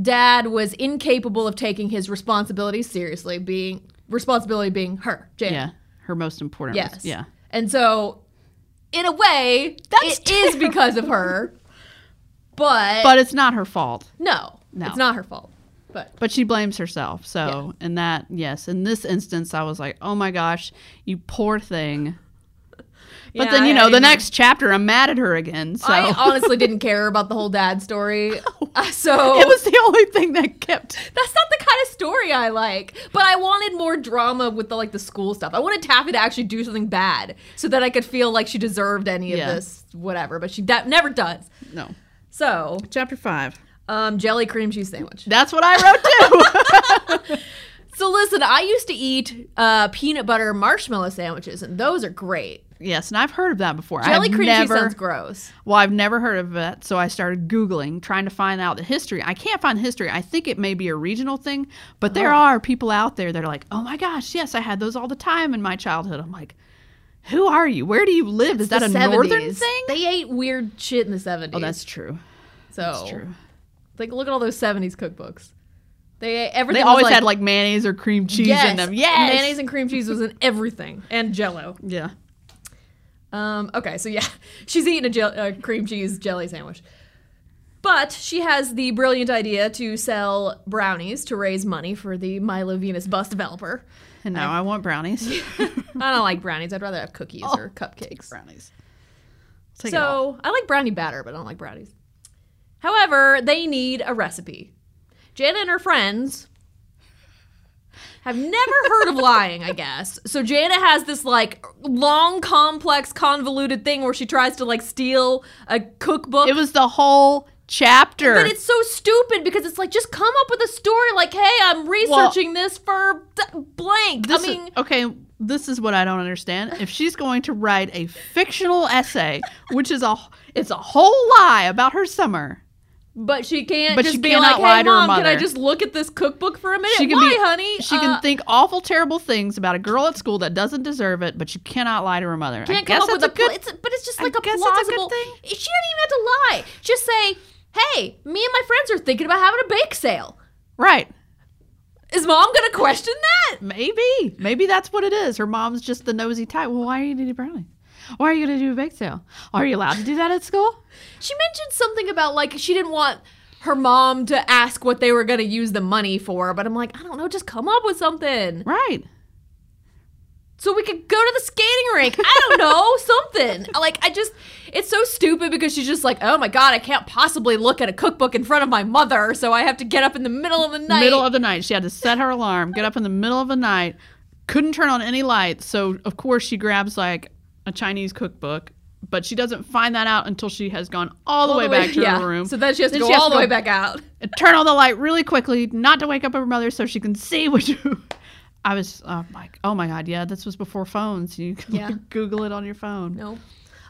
A: dad was incapable of taking his responsibility seriously, being responsibility being her, Jan.
B: Yeah, her most important.
A: Yes.
B: res- Yeah.
A: And so, in a way, that is
B: That's
A: it is because of her.
B: But it's not her fault.
A: No,
B: No.
A: it's not her fault. But
B: But she blames herself. So, in that, yes, in this instance, I was like, oh my gosh, you poor thing. But
A: Yeah,
B: then, you
A: I-
B: know, the
A: I-
B: next chapter, I'm mad at her again. So,
A: I honestly didn't care about the whole dad story. Uh, so
B: it was the only thing that kept.
A: that's not the kind of story I like. But I wanted more drama with the like the school stuff. I wanted Taffy to actually do something bad so that I could feel like she deserved any of
B: Yeah.
A: this whatever. But she that never does.
B: No.
A: So
B: Chapter five.
A: um, jelly cream cheese sandwich.
B: That's what I wrote too.
A: So listen, I used to eat uh, peanut butter marshmallow sandwiches, and those are great.
B: Yes, and I've heard of that before.
A: Jelly
B: I've
A: cream
B: never,
A: cheese sounds gross.
B: Well, I've never heard of it, so I started Googling, trying to find out the history. I can't find the history. I think it may be a regional thing, but there
A: Oh.
B: are people out there that are like, oh my gosh, yes, I had those all the time in my childhood. I'm like, who are you? Where do you live? Is that
A: The
B: a northern
A: 70s.
B: thing?
A: They ate weird shit in the seventies.
B: oh, that's true.
A: so
B: That's true.
A: Like, look at all those seventies cookbooks. They ate everything.
B: They
A: was,
B: always had like mayonnaise or cream cheese
A: yes,
B: in them. Yes.
A: mayonnaise and cream cheese was in everything, and Jello.
B: yeah.
A: Um, okay, so yeah, she's eating a jel- uh, cream cheese jelly sandwich. But she has the brilliant idea to sell brownies to raise money for the Milo Venus bus developer.
B: And now I want brownies.
A: I don't like brownies. I'd rather have cookies
B: Oh.
A: or cupcakes.
B: brownies. Take it all.
A: So I like brownie batter, but I don't like brownies. However, they need a recipe. Jana and her friends have never heard of lying, I guess. So Jana has this like long, complex, convoluted thing where she tries to like steal a cookbook.
B: it was the whole chapter.
A: but it's so stupid because it's like just come up with a story like, hey, I'm researching this for d- blank. I
B: This is-
A: mean,
B: okay, this is what I don't understand. If she's going to write a fictional essay, which is a it's a whole lie about her summer,
A: but she can't.
B: But
A: just
B: she
A: be
B: cannot
A: like,
B: lie
A: hey,
B: to her
A: mom, can I
B: mother.
A: just look at this cookbook for a minute?
B: she can
A: Why,
B: be
A: honey?
B: She
A: Uh,
B: can think awful, terrible things about a girl at school that doesn't deserve it, but she cannot lie to her mother. I
A: can't
B: guess
A: come up with a,
B: that's
A: pl-
B: good.
A: it's a- but it's just
B: I
A: like a
B: guess
A: plausible
B: that's a good thing.
A: She didn't even have to lie. Just say, "Hey, me and my friends are thinking about having a bake sale."
B: right.
A: Is mom gonna question that?
B: Maybe. Maybe that's what it is. Her mom's just the nosy type. Well, why are you going to do brownies? Why are you going to do a bake sale? Are you allowed to do that at school?
A: She mentioned something about like she didn't want her mom to ask what they were gonna use the money for. But I'm like, I don't know. Just come up with something
B: Right.
A: so we could go to the skating rink. I don't know something. Like I just, it's so stupid because she's just like, oh my god, I can't possibly look at a cookbook in front of my mother, so I have to get up in the middle of the night.
B: Middle of the night. She had to set her alarm, get up in the middle of the night, couldn't turn on any lights. So, of course, she grabs like a Chinese cookbook, but she doesn't find that out until she has gone all the, way, back to
A: yeah.
B: her room.
A: So then she has to go
B: has
A: all the
B: go
A: way back out.
B: and turn on the light really quickly, not to wake up her mother so she can see what you. I was uh, like, oh my God, yeah, this was before phones. You can
A: Yeah.
B: like, Google it on your phone.
A: No.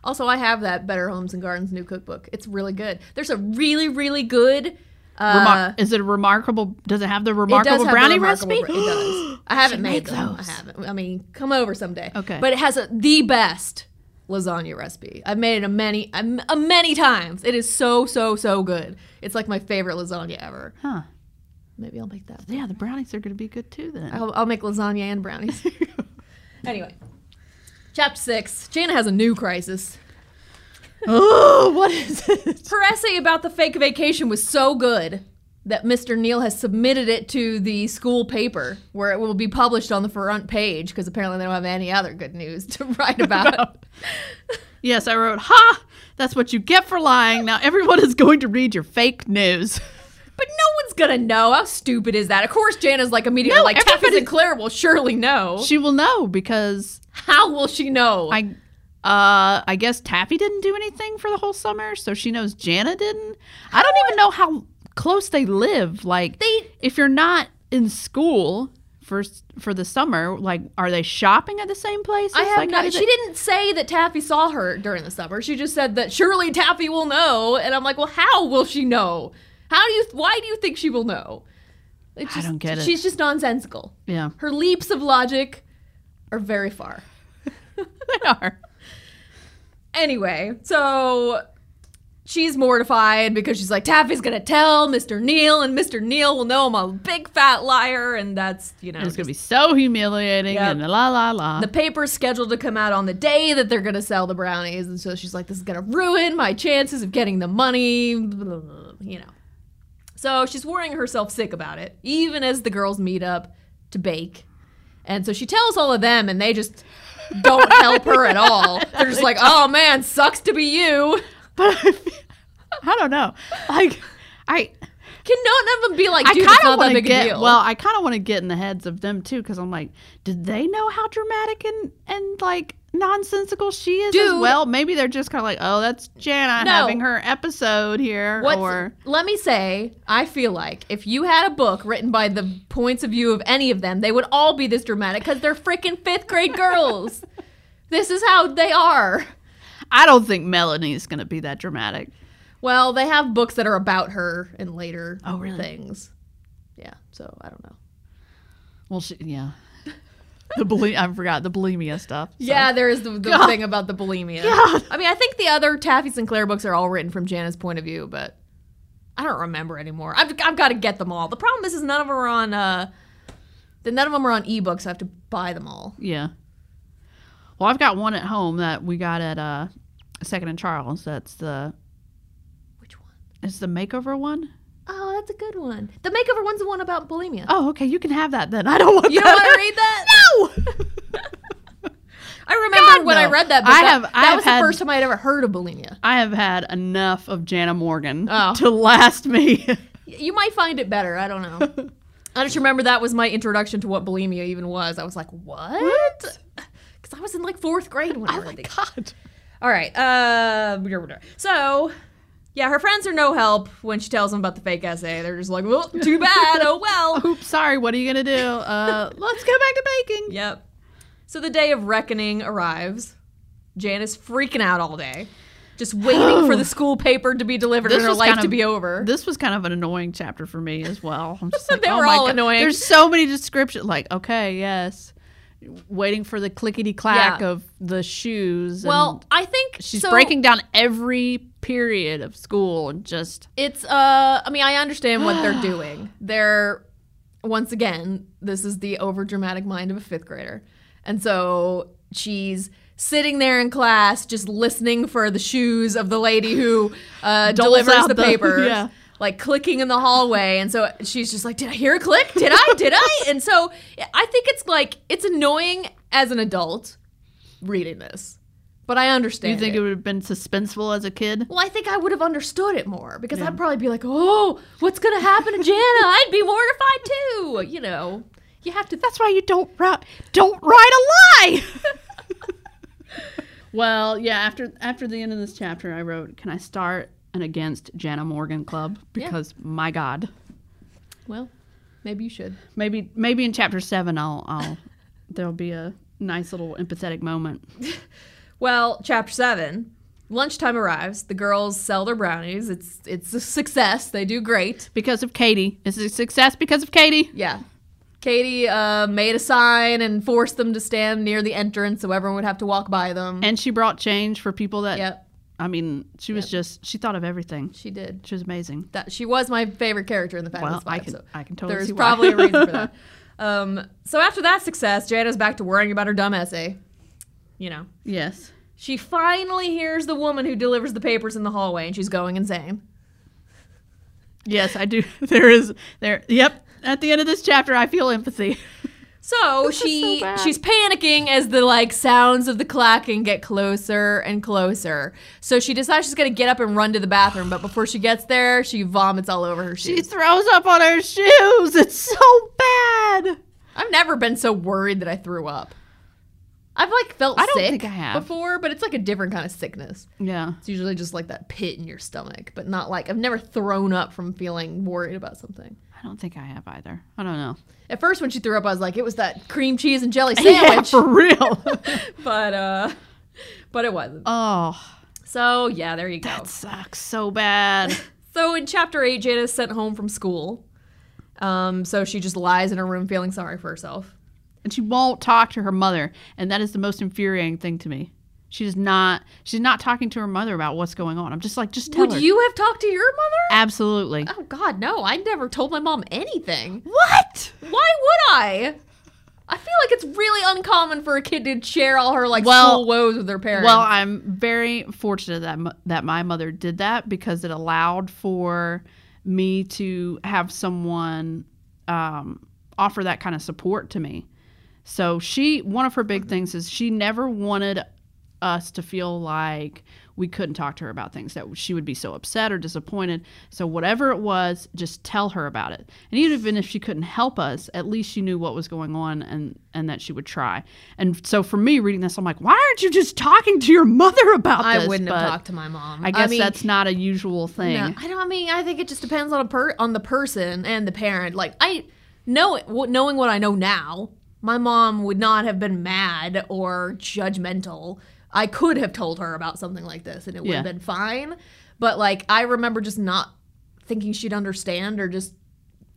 A: Also, I have that Better Homes and Gardens new cookbook. It's really good. There's a really, really good. Uh,
B: Remar- is it a remarkable? Does it have the
A: it does
B: remarkable
A: have the
B: brownie
A: remarkable
B: recipe?
A: br- it does. I haven't
B: Should
A: made
B: make
A: them.
B: those.
A: I haven't. I mean, come over someday.
B: Okay.
A: But it has a, the best lasagna recipe. I've made it a many, a, m- a many times. It is so, so, so good. It's like my favorite lasagna ever.
B: huh?
A: Maybe I'll make that. one.
B: Yeah, the brownies are going to be good too then.
A: I'll, I'll make lasagna and brownies. anyway, chapter six. Jana has a new crisis.
B: oh, what is it?
A: Her essay about the fake vacation was so good that Mr. Neal has submitted it to the school paper where it will be published on the front page because apparently they don't have any other good news to write about.
B: Yes, I wrote, ha! That's what you get for lying. Now everyone is going to read your fake news.
A: but no one's going to know. How stupid is that? Of course, Jana's like immediately
B: No,
A: like, Taffy and
B: everybody's-
A: Claire will surely know.
B: She will know because
A: How will she know?
B: I uh I guess Taffy didn't do anything for the whole summer, so she knows Jana didn't. I don't even know how close they live. Like
A: They-
B: if you're not in school for s- for the summer, like are they shopping at the same place?
A: I have
B: like, how
A: not.
B: does
A: She
B: it-
A: didn't say that Taffy saw her during the summer. She just said that surely Taffy will know. And I'm like, well, how will she know? How do you? Why do you think she will know? It's
B: I don't get it.
A: She's just nonsensical.
B: Yeah.
A: Her leaps of logic are very far.
B: they are.
A: Anyway, so she's mortified because she's like, Taffy's gonna tell Mr. Neal, and Mr. Neal will know I'm a big fat liar, and that's you know
B: It's
A: just-
B: gonna be so humiliating
A: Yep.
B: and la la la.
A: The paper's scheduled to come out on the day that they're going to sell the brownies. And so she's like, this is going to ruin my chances of getting the money, blah, blah, blah, you know. So she's worrying herself sick about it, even as the girls meet up to bake. And so she tells all of them, and they just don't help her at all. They're just like, oh man, sucks to be you.
B: but I, feel- I don't know. Like I
A: Can none of them be like,
B: I
A: dude, it's
B: kind of
A: not that
B: want to
A: big a
B: get
A: deal?
B: well. I kind of want to get in the heads of them too, because I'm like, did they know how dramatic and and like nonsensical she is as
A: Dude.
B: well? Maybe they're just kind of like, oh, that's Jana
A: No.
B: having her episode here,
A: What's,
B: or
A: let me say, I feel like if you had a book written by the points of view of any of them, they would all be this dramatic because they're freaking fifth grade girls. This is how they are.
B: I don't think Melanie's going to be that dramatic.
A: Well, they have books that are about her and later
B: Oh, really?
A: things. Yeah, so I don't know.
B: Well, she, yeah, the bule- I forgot the bulimia stuff. so.
A: Yeah, there is the, the
B: God.
A: thing about the bulimia.
B: God.
A: I mean, I think the other Taffy Sinclair books are all written from Jana's point of view, but I don't remember anymore. I've, I've got to get them all. The problem is, is none of them are on. Uh, that none of them are on ebooks. I have to buy them all.
B: Yeah. Well, I've got one at home that we got at uh Second and Charles. That's the
A: Which one?
B: it's the makeover one.
A: Oh, that's a good one. The makeover one's the one about bulimia.
B: Oh, okay, you can have that then. I don't want
A: You don't
B: that.
A: want to read that? I remember
B: God,
A: when I
B: no.
A: read that book.
B: I
A: that-
B: have-
A: That,
B: I have
A: was
B: had-
A: the first time I had ever heard of bulimia.
B: I have had enough of Jana Morgan
A: Oh.
B: to last me.
A: Y- You might find it better. I don't know. I just remember that was my introduction to what bulimia even was. I was like, what? Because I was in like fourth grade when I read these.
B: God.
A: All right. Uh, so, yeah, her friends are no help when she tells them about the fake essay. They're just like, well, too bad. Oh, well.
B: Oops, sorry. What are you going to do? Uh, let's go back to baking.
A: Yep. So the day of reckoning arrives. Jan is freaking out all day, just waiting for the school paper to be delivered
B: This
A: and her
B: was
A: life
B: kind
A: to
B: of-
A: be over.
B: This was kind of an annoying chapter for me as well. I'm just like,
A: They
B: oh
A: were
B: my
A: all
B: God.
A: annoying.
B: There's so many descriptions. Like, okay, yes. Waiting for the clickety clack
A: Yeah.
B: of the shoes.
A: well,
B: and
A: I think
B: she's
A: so
B: breaking down every period of school and just.
A: It's uh, I mean, I understand what they're doing. They're once again, this is the overdramatic mind of a fifth grader, and so she's sitting there in class just listening for the shoes of the lady who uh, delivers
B: out
A: the,
B: the-
A: papers.
B: yeah.
A: Like clicking in the hallway, and so she's just like, "Did I hear a click? Did I? Did I?" And so I think it's like it's annoying as an adult reading this, but I understand.
B: You think
A: it.
B: it would have been suspenseful as a kid?
A: Well, I think I would have understood it more because I'd probably be like, "Oh, what's gonna happen to Jana?" I'd be mortified too. You know, you have to.
B: That's why you don't write, don't write a lie. well, yeah. After after the end of this chapter, I wrote, "Can I start an against Jana Morgan club?" Because my God,
A: well, maybe you should.
B: maybe maybe in chapter seven, I'll I'll there'll be a nice little empathetic moment.
A: Well, chapter seven, lunchtime arrives. The girls sell their brownies. It's it's a success. They do great.
B: Because of Katie, it's a success because of Katie.
A: Yeah. Katie uh, made a sign and forced them to stand near the entrance so everyone would have to walk by them.
B: And she brought change for people that.
A: yep,
B: I mean, she was just she thought of everything.
A: she did.
B: She was amazing.
A: That she was my favorite character in the Fabulous
B: Well, I
A: Five,
B: can
A: so-
B: I can totally
A: There's
B: see why.
A: probably a reason for that. Um, so after that success, Jana's back to worrying about her dumb essay. You know,
B: yes.
A: she finally hears the woman who delivers the papers in the hallway, and she's going insane.
B: Yes, I do. There is there. Yep. At the end of this chapter, I feel empathy.
A: So
B: is
A: she
B: so bad.
A: she's panicking as the like sounds of the clacking get closer and closer. So she decides she's gonna get up and run to the bathroom, but before she gets there, she vomits all over her
B: She
A: shoes.
B: throws up on her shoes. It's so bad.
A: I've never been so worried that I threw up. I've like felt
B: I don't
A: sick
B: think I have.
A: before, but it's like a different kind of sickness.
B: Yeah.
A: It's usually just like that pit in your stomach, but not like I've never thrown up from feeling worried about something.
B: I don't think I have either. I don't know.
A: At first, when she threw up, I was like, it was that cream cheese and jelly sandwich,
B: for real.
A: but uh, but it wasn't.
B: oh,
A: So yeah, there you go.
B: that sucks so bad.
A: So in chapter eight, Jada is sent home from school. Um, so she just lies in her room, feeling sorry for herself.
B: And she won't talk to her mother, and that is the most infuriating thing to me. She does not. She's not talking to her mother about what's going on. I'm just like, just tell
A: Would
B: her.
A: you have talked to your mother?
B: Absolutely.
A: Oh God, no! I never told my mom anything.
B: What?
A: Why would I? I feel like it's really uncommon for a kid to share all her like
B: Well-
A: school woes with their parents.
B: Well, I'm very fortunate that m- that my mother did that because it allowed for me to have someone um, offer that kind of support to me. So she, one of her big things is she never wanted us to feel like we couldn't talk to her about things that she would be so upset or disappointed. So whatever it was, just tell her about it. And even if she couldn't help us, at least she knew what was going on and and that she would try. And so for me reading this, I'm like, why aren't you just talking to your mother about
A: I
B: this?
A: wouldn't
B: But
A: have talked to my mom.
B: I guess
A: mean,
B: that's not a usual thing.
A: No, I don't. I mean, I think it just depends on a per on the person and the parent. Like I know, it- w- knowing what I know now, my mom would not have been mad or judgmental. I could have told her about something like this, and it would have
B: Yeah.
A: been fine. But like, I remember just not thinking she'd understand, or just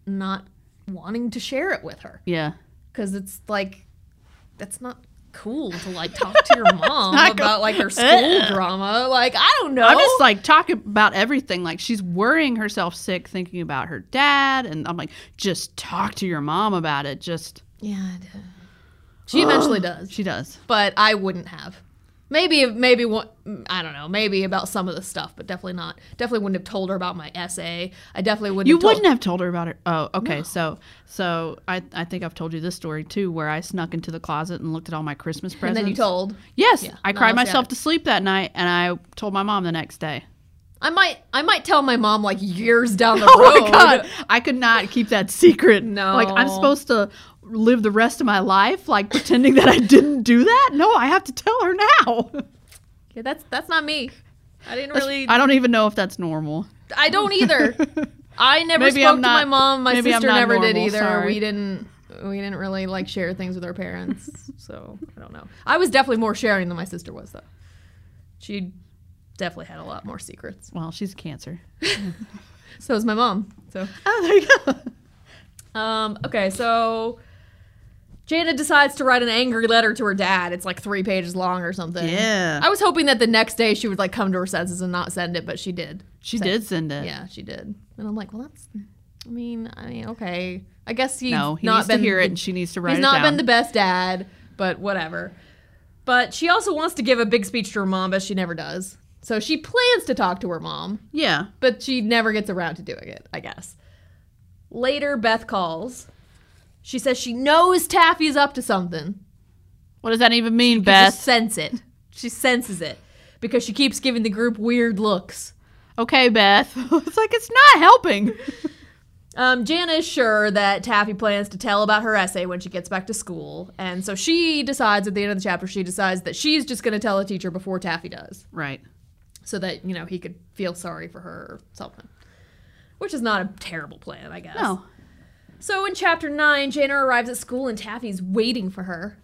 A: not wanting to share it with her
B: Yeah.
A: because it's like that's not cool to like talk to your mom about like her school drama. Like I don't know.
B: I'm just like talking about everything. Like she's worrying herself sick thinking about her dad. And I'm like, just talk to your mom about it. Just,
A: Yeah, I do. She eventually does,
B: she does.
A: but I wouldn't have. Maybe, maybe one. I don't know. Maybe about some of the stuff, but definitely not. Definitely wouldn't have told her about my essay. I definitely wouldn't.
B: You
A: have told-
B: wouldn't have told her about her. Oh, okay. So, so I, I think I've told you this story too, where I snuck into the closet and looked at all my Christmas
A: And
B: presents.
A: then you told.
B: Yes,
A: Yeah,
B: I
A: no,
B: cried
A: that's the
B: myself
A: other-
B: to sleep that night, and I told my mom the next day.
A: I might. I might tell my mom like years down the
B: Oh
A: road.
B: my god, I could not keep that secret.
A: No.
B: like I'm supposed to live the rest of my life like pretending that I didn't do that. No, I have to tell her now.
A: Yeah, that's that's not me. I didn't really.
B: I don't even know if that's normal.
A: I don't either. I never
B: Maybe
A: spoke
B: I'm
A: to my
B: not-
A: mom. My
B: maybe I'm
A: sister
B: not
A: never did
B: normal,
A: either.
B: sorry.
A: We didn't we didn't really like share things with our parents. so I don't know. I was definitely more sharing than my sister was though. She definitely had a lot more secrets.
B: Well, she's cancer.
A: So is my mom. So
B: Oh, there you go.
A: um okay, so Jada decides to write an angry letter to her dad. It's like three pages long or something.
B: Yeah.
A: I was hoping that the next day she would like come to her senses and not send it, but she did.
B: She
A: So-
B: did send it.
A: Yeah, she did. And I'm like, well, that's. I mean, I mean, okay. I guess he's
B: No, he
A: not
B: needs
A: been
B: to hear it,
A: the-
B: and she needs to write
A: he's
B: it
A: not
B: down.
A: been the best dad, but whatever. But she also wants to give a big speech to her mom, but she never does. So she plans to talk to her mom,
B: yeah,
A: but she never gets around to doing it. I guess. Later, Beth calls. She says she knows Taffy's up to something.
B: what does that even mean,
A: She
B: Beth?
A: just sense it. She senses it because she keeps giving the group weird looks.
B: okay, Beth. it's like it's not helping.
A: Um, Jana is sure that Taffy plans to tell about her essay when she gets back to school, and so she decides at the end of the chapter she decides that she's just going to tell the teacher before Taffy does,
B: Right.
A: so that you know he could feel sorry for her or something, which is not a terrible plan, I guess.
B: No.
A: So in chapter nine, Jana arrives at school and Taffy's waiting for her.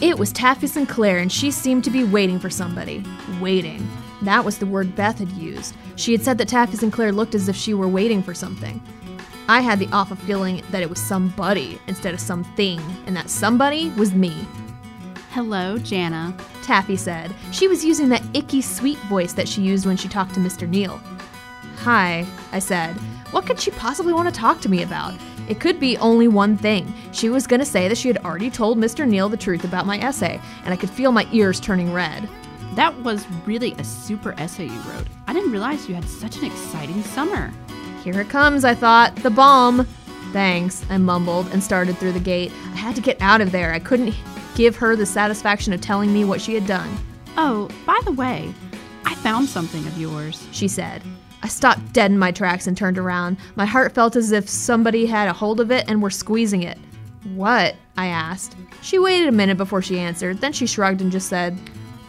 A: It was Taffy Sinclair, and she seemed to be waiting for somebody. Waiting. That was the word Beth had used. She had said that Taffy Sinclair looked as if she were waiting for something. I had the awful feeling that it was somebody instead of something, and that somebody was me.
B: Hello, Jana.
A: Taffy said. She was using that icky sweet voice that she used when she talked to Mr. Neal. Hi, I said. What could she possibly want to talk to me about? It could be only one thing. She was going to say that she had already told Mr. Neal the truth about my essay, and I could feel my ears turning red.
B: That was really a super essay you wrote. I didn't realize you had such an exciting summer.
A: Here it comes, I thought. The bomb. Thanks, I mumbled and started through the gate. I had to get out of there. I couldn't give her the satisfaction of telling me what she had done.
B: Oh, by the way, I found something of yours.
A: she said. I stopped dead in my tracks and turned around. My heart felt as if somebody had a hold of it and were squeezing it. What? I asked. She waited a minute before she answered, then she shrugged and just said,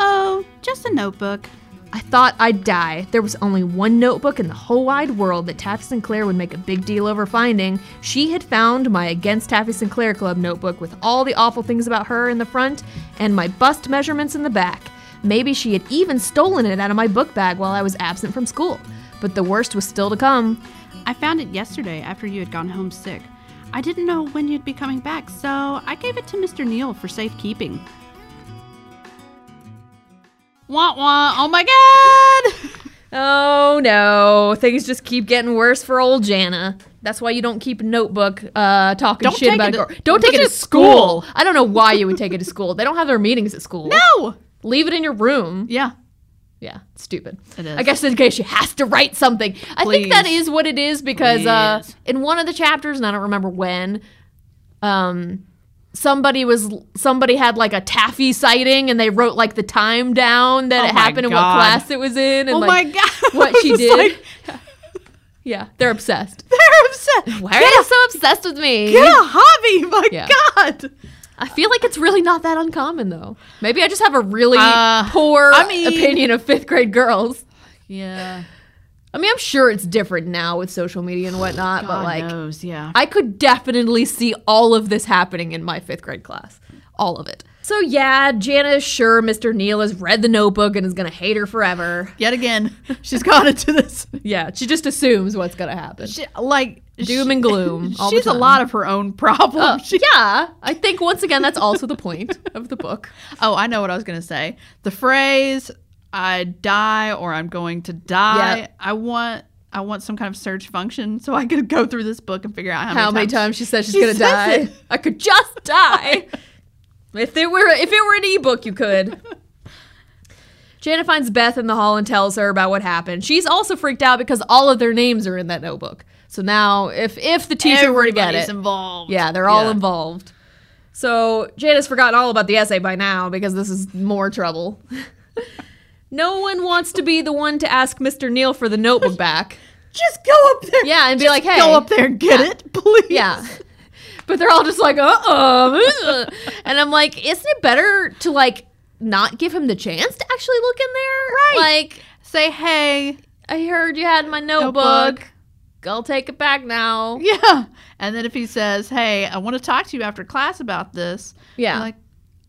B: Oh, just a notebook.
A: I thought I'd die. There was only one notebook in the whole wide world that Taffy Sinclair would make a big deal over finding. She had found my Against Taffy Sinclair Club notebook with all the awful things about her in the front and my bust measurements in the back. Maybe she had even stolen it out of my book bag while I was absent from school. But the worst was still to come.
B: I found it yesterday after you had gone home sick. I didn't know when you'd be coming back, so I gave it to Mr. Neal for safekeeping. Wah wah! Oh my god!
A: Oh no, things just keep getting worse for old Jana. That's why you don't keep a notebook uh, talking
B: Don't
A: shit
B: take
A: about
B: it
A: a
B: to-
A: girl. Don't take it
B: This
A: to
B: is
A: school.
B: school.
A: I don't know why you would take it to school. They don't have their meetings at school.
B: No!
A: Leave it in your room.
B: Yeah.
A: Yeah, stupid.
B: It is.
A: I guess in case she has to write something. I think that
B: Please.
A: is what it is because uh,
B: Please.
A: in one of the chapters, and I don't remember when, um, somebody was somebody had like a taffy sighting and they wrote like the time down that
B: Oh
A: it
B: my
A: happened and what
B: God.
A: class it was in and
B: oh
A: like
B: my god!
A: what she
B: It's
A: did.
B: like,
A: yeah, they're obsessed.
B: they're upset.
A: Why are
B: get,
A: they
B: a,
A: so obsessed with me?
B: get a hobby? My
A: Yeah.
B: god!
A: I feel like it's really not that uncommon though. Maybe I just have a really
B: Uh,
A: poor
B: I mean-
A: opinion of 5th grade girls.
B: Yeah,
A: I mean, I'm sure it's different now with social media and whatnot, but like
B: knows, yeah.
A: I could definitely see all of this happening in my fifth grade class. All of it. So, yeah, Jana is sure Mr. Neal has read the notebook and is going to hate her forever.
B: Yet again, she's got into this.
A: Yeah, she just assumes what's going to happen.
B: She, like
A: Doom
B: she-
A: and gloom all the
B: she's a
A: time.
B: lot of her own problem.
A: Uh,
B: She-
A: yeah, I think once again, that's also the point of the book.
B: Oh, I know what I was gonna say. The phrase "I die" or "I'm going to die."
A: Yep.
B: I want. I want some kind of search function so I could go through this book and figure out how,
A: How many
B: times.
A: times she says she's
B: She
A: going to
B: says
A: die?
B: it.
A: I could just die. if there were if it were an ebook, you could. Jana finds Beth in the hall and tells her about what happened. She's also freaked out because all of their names are in that notebook. So now, if if the teacher were to get
B: Everybody's
A: it,
B: involved.
A: yeah, they're all
B: Yeah.
A: involved. So Jana's forgotten all about the essay by now because this is more trouble. no one wants to be the one to ask Mr. Neal for the notebook back.
B: Just go up there.
A: Yeah, and be like, hey,
B: Go up there and get it, please.
A: yeah. But they're all just like, uh-uh. and I'm like, isn't it better to like not give him the chance to actually look in there?
B: Right.
A: Like,
B: Say hey.
A: I heard you had my notebook.
B: Notebook.
A: I'll take it back now.
B: Yeah. And then if he says, "Hey, I want to talk to you after class about this,"
A: Yeah.
B: you're like,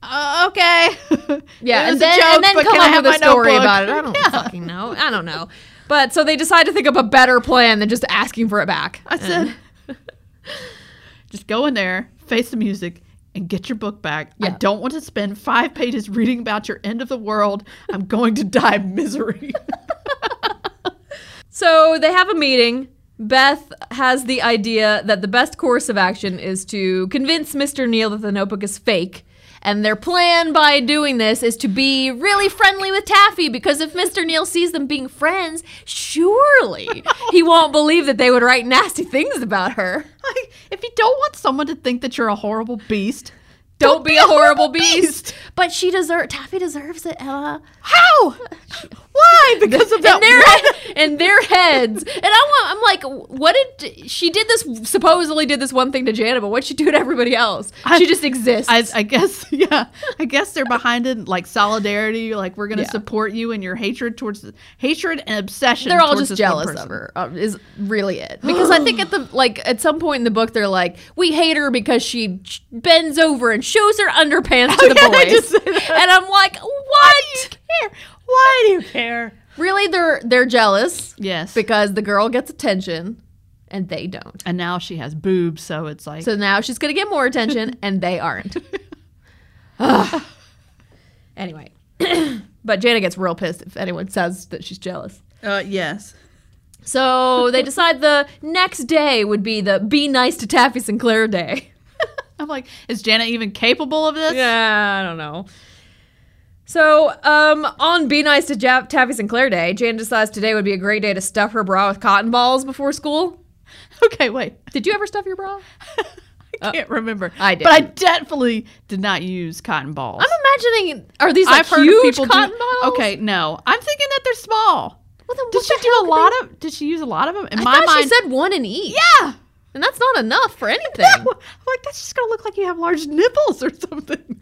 B: "Uh, okay.
A: yeah,
B: It
A: and
B: was a
A: then,
B: joke,
A: and then
B: but
A: come
B: can I
A: up
B: have
A: with a
B: my
A: story
B: notebook?
A: about it. I don't
B: Yeah.
A: fucking know. I don't know. But so they decide to think up a better plan than just asking for it back.
B: I said, just go in there, face the music, and get your book back. I
A: Yeah.
B: don't want to spend five pages reading about your end of the world. I'm going to die of misery.
A: So they have a meeting. Beth has the idea that the best course of action is to convince Mr. Neal that the notebook is fake. And their plan by doing this is to be really friendly with Taffy because if Mr. Neal sees them being friends, surely he won't believe that they would write nasty things about her.
B: like, if you don't want someone to think that you're a horrible beast,
A: Don't, be, a horrible beast. But she deserves Taffy deserves it, Ella.
B: how? Why? Because of
A: in
B: that
A: their
B: one-
A: in their heads. And I want, I'm like, what did she did this supposedly did this one thing to Jana, but what'd she do to everybody else?
B: I-
A: she just exists.
B: I, I guess, yeah. I guess they're behind it, like solidarity. Like we're gonna
A: Yeah.
B: support you in your hatred towards hatred and obsession.
A: they're all
B: towards
A: just
B: this one
A: jealous of
B: person.
A: her. uh, Is really it because I think at the like at some point in the book they're like, we hate her because she ch- bends over and shows her underpants to the
B: Oh, yeah, they just
A: boys,
B: say that.
A: and I'm like, what?
B: Care. Why do you care?
A: Really, they're they're jealous
B: Yes.
A: because the girl gets attention and they don't.
B: and now she has boobs, so it's like
A: So now she's going to get more attention, and they aren't. Ugh. Anyway, but Jana gets real pissed if anyone says that she's jealous.
B: Uh, yes.
A: So they decide the next day would be the Be Nice to Taffy Sinclair Day.
B: I'm like, is Janet even capable of this?
A: Yeah, I don't know. So, um, on Be Nice to Ja- Taffy Sinclair Day, Jana decides today would be a great day to stuff her bra with cotton balls before school.
B: Okay, wait.
A: Did you ever stuff your bra?
B: I can't remember.
A: Uh, I
B: But I
A: didn't.
B: definitely did not use cotton balls.
A: I'm imagining are these like huge cotton balls?
B: Okay, no. I'm thinking that they're small.
A: Well, then
B: Did
A: what
B: she
A: the
B: do
A: hell
B: a
A: could
B: lot
A: they-
B: of did she use a lot of them? In
A: I
B: my
A: thought
B: mind
A: she said one in each.
B: Yeah.
A: And that's not enough for anything.
B: No, I'm like that's just gonna look like you have large nipples or something.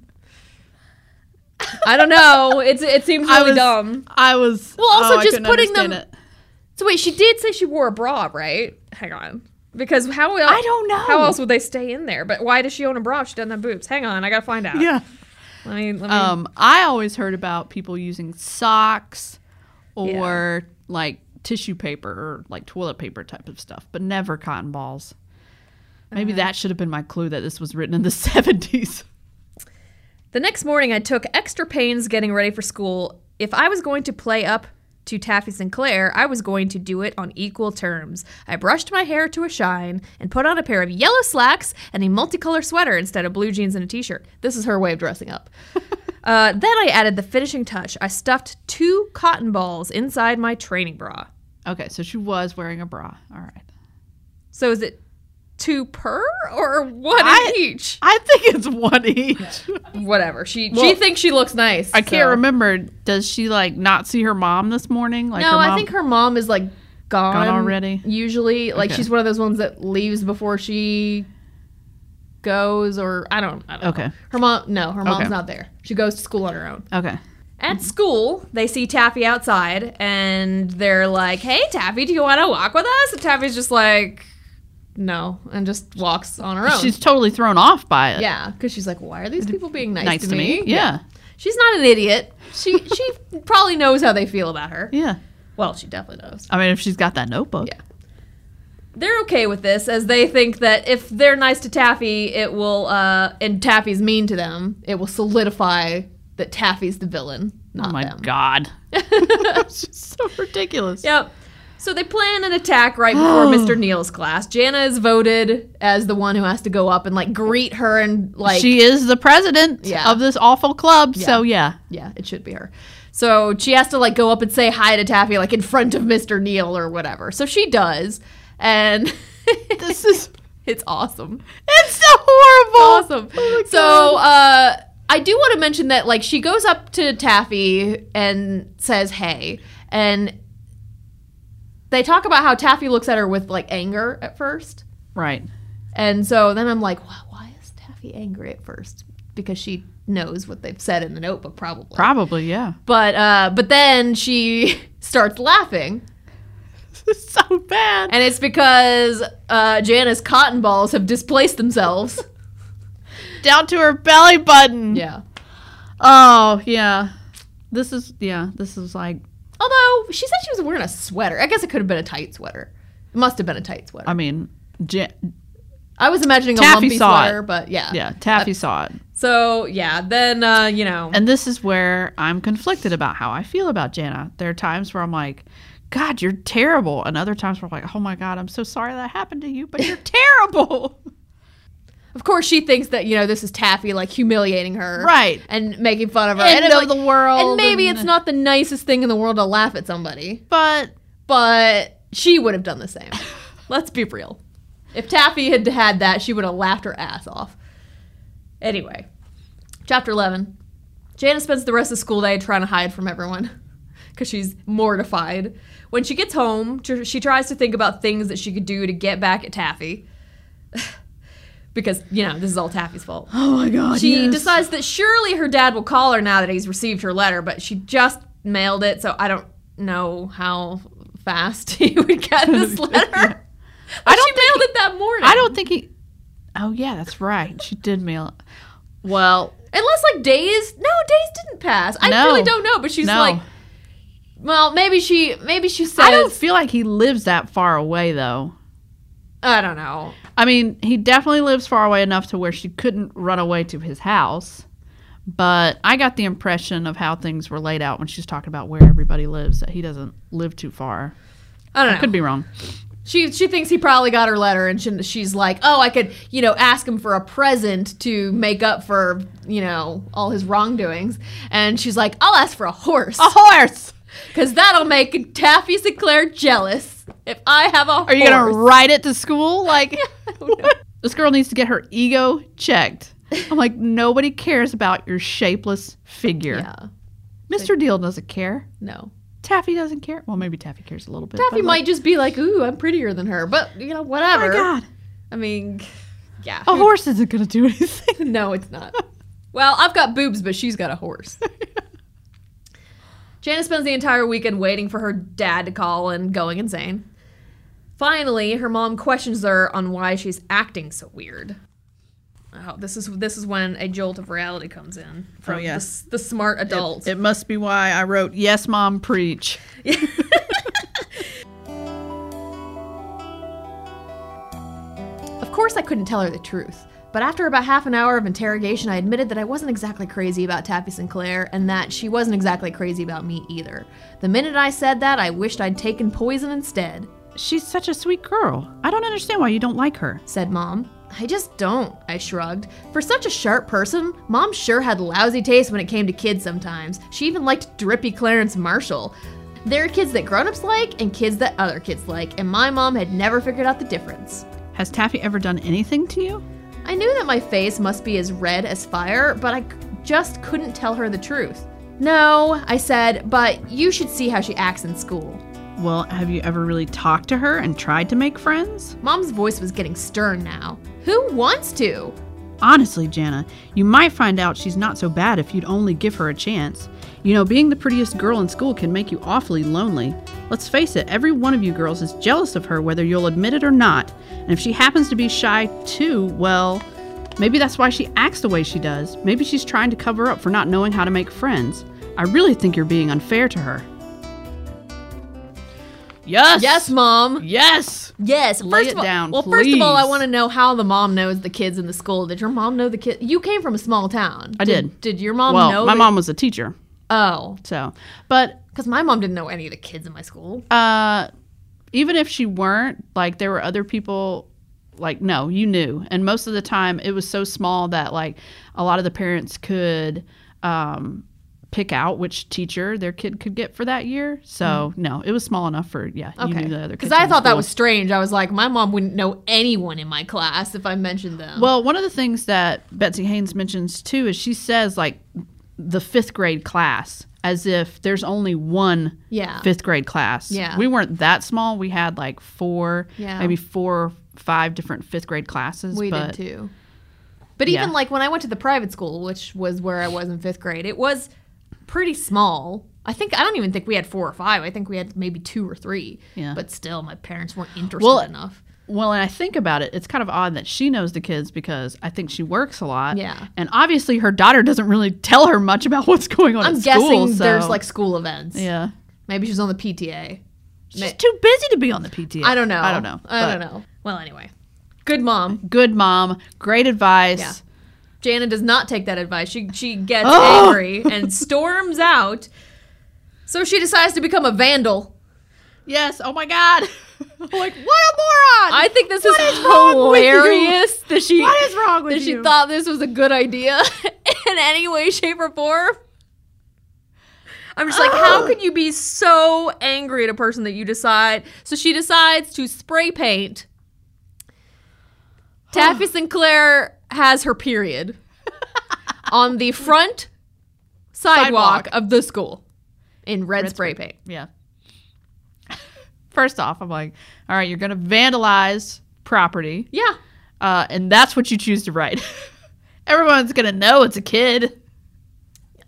A: I don't know. It's it seems
B: I
A: really
B: was
A: dumb.
B: I was
A: Well, also
B: oh, I
A: just
B: couldn't
A: putting
B: understand
A: them-
B: it.
A: So wait, she did say she wore a bra, right? Hang on. Because how el-
B: I don't know.
A: How else would they stay in there? But why does she own a bra if she doesn't have boobs? Hang on, I gotta find out.
B: Yeah.
A: Let me let me
B: Um, I always heard about people using socks or like tissue paper or like toilet paper type of stuff, but never cotton balls. Maybe
A: Uh-huh.
B: that should have been my clue that this was written in the 70s.
A: The next morning, I took extra pains getting ready for school. If I was going to play up to Taffy Sinclair, I was going to do it on equal terms. I brushed my hair to a shine and put on a pair of yellow slacks and a multicolor sweater instead of blue jeans and a t shirt. This is her way of dressing up. uh, then I added the finishing touch. I stuffed two cotton balls inside my training bra.
B: Okay, so she was wearing a bra. All right.
A: So is it two per or one
B: I-
A: in each?
B: I think it's one each.
A: Whatever. She she
B: Well,
A: thinks she looks nice.
B: I can't
A: so.
B: remember. Does she like not see her mom this morning? Like
A: no,
B: her mom,
A: I think her mom is like gone,
B: already?
A: Usually, like
B: Okay.
A: she's one of those ones that leaves before she goes, or I don't. I don't
B: Okay.
A: Know. Her mom. No, her mom's
B: Okay.
A: not there. She goes to school on her own.
B: Okay.
A: At school, they see Taffy outside, and they're like, "Hey, Taffy, do you want to walk with us?" And Taffy's just like, "No," and just walks on her own.
B: She's totally thrown off by it.
A: yeah, because she's like, "Why are these people being nice,
B: Nice to me. Yeah.
A: she's not an idiot. She she probably knows how they feel about her.
B: Yeah.
A: Well, she definitely knows.
B: I mean, if she's got that notebook.
A: Yeah. they're okay with this as they think that if they're nice to Taffy, it will, uh, and Taffy's mean to them, it will solidify that Taffy's the villain, not
B: oh my
A: them.
B: god. it's just so ridiculous.
A: Yep. So they plan an attack right before Mr. Neal's class. Jana is voted as the one who has to go up and like greet her and like
B: she is the president
A: Yeah.
B: of this awful club. So yeah.
A: yeah, it should be her. So she has to like go up and say hi to Taffy like in front of Mr. Neal or whatever. So she does, and
B: This is
A: it's awesome.
B: it's so horrible.
A: awesome.
B: Oh my
A: so uh, I do want to mention that like she goes up to Taffy and says, "Hey," and they talk about how Taffy looks at her with like anger at first,
B: Right.
A: and so then I'm like, "Why, why is Taffy angry at first? Because she knows what they've said in the notebook, probably.
B: Probably, yeah.
A: but uh, but then she starts laughing.
B: This is so bad.
A: And it's because uh, Jana's cotton balls have displaced themselves.
B: Down to her belly button.
A: yeah.
B: Oh, yeah. This is yeah, this is like
A: Although she said she was wearing a sweater. I guess it could have been a tight sweater. It must have been a tight sweater.
B: I mean, Ja-
A: I was imagining a
B: Um, Taffy
A: lumpy
B: saw
A: sweater, but yeah.
B: yeah, Taffy saw it.
A: So yeah, then uh, you know.
B: And this is where I'm conflicted about how I feel about Jana. There are times where I'm like, God, you're terrible. And other times where I'm like, oh my God, I'm so sorry that happened to you, but you're terrible.
A: Of course, she thinks that you know this is Taffy like humiliating her,
B: Right.
A: and making fun of her,
B: End
A: and it's
B: of the world
A: And maybe
B: and-
A: it's not the nicest thing in the world to laugh at somebody,
B: But
A: but she would have done the same. Let's be real. If Taffy had had that, she would have laughed her ass off. Anyway, chapter 11. Jana spends the rest of school day trying to hide from everyone because she's mortified. When she gets home, tr- she tries to think about things that she could do to get back at Taffy because, you know, this is all Taffy's fault.
B: oh my God,
A: She decides that surely her dad will call her now that he's received her letter, but she just mailed it, so I don't know how fast he would get this letter. I don't she mailed it that morning.
B: I don't think he. Oh yeah, that's right. She did mail. Well,
A: unless like days. No, days didn't pass. I
B: No.
A: really don't know, but she's
B: no,
A: like, well, maybe she, maybe she says,
B: I don't feel like he lives that far away though.
A: I don't know.
B: I mean, he definitely lives far away enough to where she couldn't run away to his house. But I got the impression of how things were laid out when she's talking about where everybody lives that he doesn't live too far.
A: I don't know.
B: Could be wrong.
A: She she thinks he probably got her letter, and she, she's like, "Oh, I could, you know, ask him for a present to make up for, you know, all his wrongdoings." And she's like, "I'll ask for a horse,
B: Oh. horse.
A: cause that'll make Taffy Sinclair jealous if I have a horse."
B: Are you gonna ride it to school? Like, this girl needs to get her ego checked. I'm like, nobody cares about your shapeless figure.
A: Yeah,
B: Mr. Deal doesn't care.
A: no.
B: Taffy doesn't care. Well, maybe Taffy cares a little bit.
A: Taffy
B: but,
A: might just be like, "Ooh, I'm prettier than her," but you know, whatever.
B: Like, oh my God, Oh,
A: I mean, yeah.
B: a horse isn't gonna do anything.
A: no, it's not. Well, I've got boobs, but she's got a horse. Jana spends the entire weekend waiting for her dad to call and going insane. Finally, her mom questions her on why she's acting so weird. Oh, this is this is when a jolt of reality comes in from the
B: yeah.
A: s- the, smart adult.
B: It must be why I wrote "Yes, Mom, preach."
A: Of course, I couldn't tell her the truth, but after about half an hour of interrogation, I admitted that I wasn't exactly crazy about Taffy Sinclair and that she wasn't exactly crazy about me either. The minute I said that, I wished I'd taken poison instead,
B: She's such a sweet girl. I don't understand why you don't like her.
A: said Mom. I just don't, I shrugged. For such a sharp person, Mom sure had lousy taste when it came to kids sometimes. She even liked drippy Clarence Marshall. There are kids that grown ups like and kids that other kids like, and my mom had never figured out the difference.
B: Has Taffy ever done anything to you?
A: I knew that my face must be as red as fire, but I c- just couldn't tell her the truth. No, I said, but you should see how she acts in school.
B: Well, have you ever really talked to her and tried to make friends?
A: Mom's voice was getting stern now. Who wants to?
B: Honestly, Jana, you might find out she's not so bad if you'd only give her a chance. You know, being the prettiest girl in school can make you awfully lonely. Let's face it, every one of you girls is jealous of her, whether you'll admit it or not. And if she happens to be shy too, well, maybe that's why she acts the way she does. Maybe she's trying to cover up for not knowing how to make friends. I really think you're being unfair to her. Yes!
A: Yes, Mom.
B: Yes!
A: Yes.
B: Lay
A: first
B: it
A: of all,
B: down,
A: well, first of all, I
B: please.
A: want to know how the mom knows the kids in the school. Did your mom know the kid? You came from a small town.
B: I did.
A: Did, your mom
B: well,
A: know?
B: my
A: that-
B: mom was a teacher,
A: Oh,
B: so. But
A: because my mom didn't know any of the kids in my school.
B: uh even if she weren't like there were other people like no you knew and most of the time it was so small that like a lot of the parents could um pick out which teacher their kid could get for that year so no it was small enough for yeah you
A: Mm-hmm. Okay.
B: knew the other
A: Because
B: kids
A: I
B: in the
A: thought that
B: school.
A: was strange. I was like, my mom wouldn't know anyone in my class if I mentioned them.
B: well one of the things that betsy haynes mentions too is she says like the fifth grade class as if there's only one
A: yeah.
B: fifth grade class.
A: Yeah.
B: We weren't that small. We had like four,
A: Yeah.
B: maybe four or five different fifth grade classes.
A: We
B: but
A: did too. But
B: Yeah.
A: even like when I went to the private school, which was where I was in fifth grade, it was pretty small. I think I don't even think we had four or five. I think we had maybe two or three.
B: Yeah.
A: But still, my parents weren't interested
B: Well,
A: enough.
B: Well, and I think about it, it's kind of odd that she knows the kids because I think she works a lot.
A: Yeah.
B: And obviously her daughter doesn't really tell her much about what's going on
A: I'm
B: at
A: guessing
B: school. so-
A: there's like school events.
B: Yeah.
A: Maybe she's on the PTA.
B: She's too busy to be on the PTA.
A: I don't know.
B: I don't know.
A: I
B: But
A: don't know. Well, anyway, good mom.
B: Good mom, great advice.
A: Yeah. Jana does not take that advice. She she gets
B: Oh!
A: angry and storms out. So she decides to become a vandal.
B: Yes. Oh my God. like what a moron.
A: I think this
B: What
A: is
B: is wrong with you?
A: hilarious that she
B: What is wrong with
A: that she
B: you?
A: thought this was a good idea in any way, shape, or form. Oh. I'm just like, how can you be so angry at a person that you decide? So she decides to spray paint. Taffy Sinclair has her period on the front sidewalk,
B: Sidewalk.
A: of the school in red, spray paint.
B: Yeah. First off, I'm like, all right, you're going to vandalize property,
A: Yeah.
B: uh, and that's what you choose to write. Everyone's going to know it's a kid.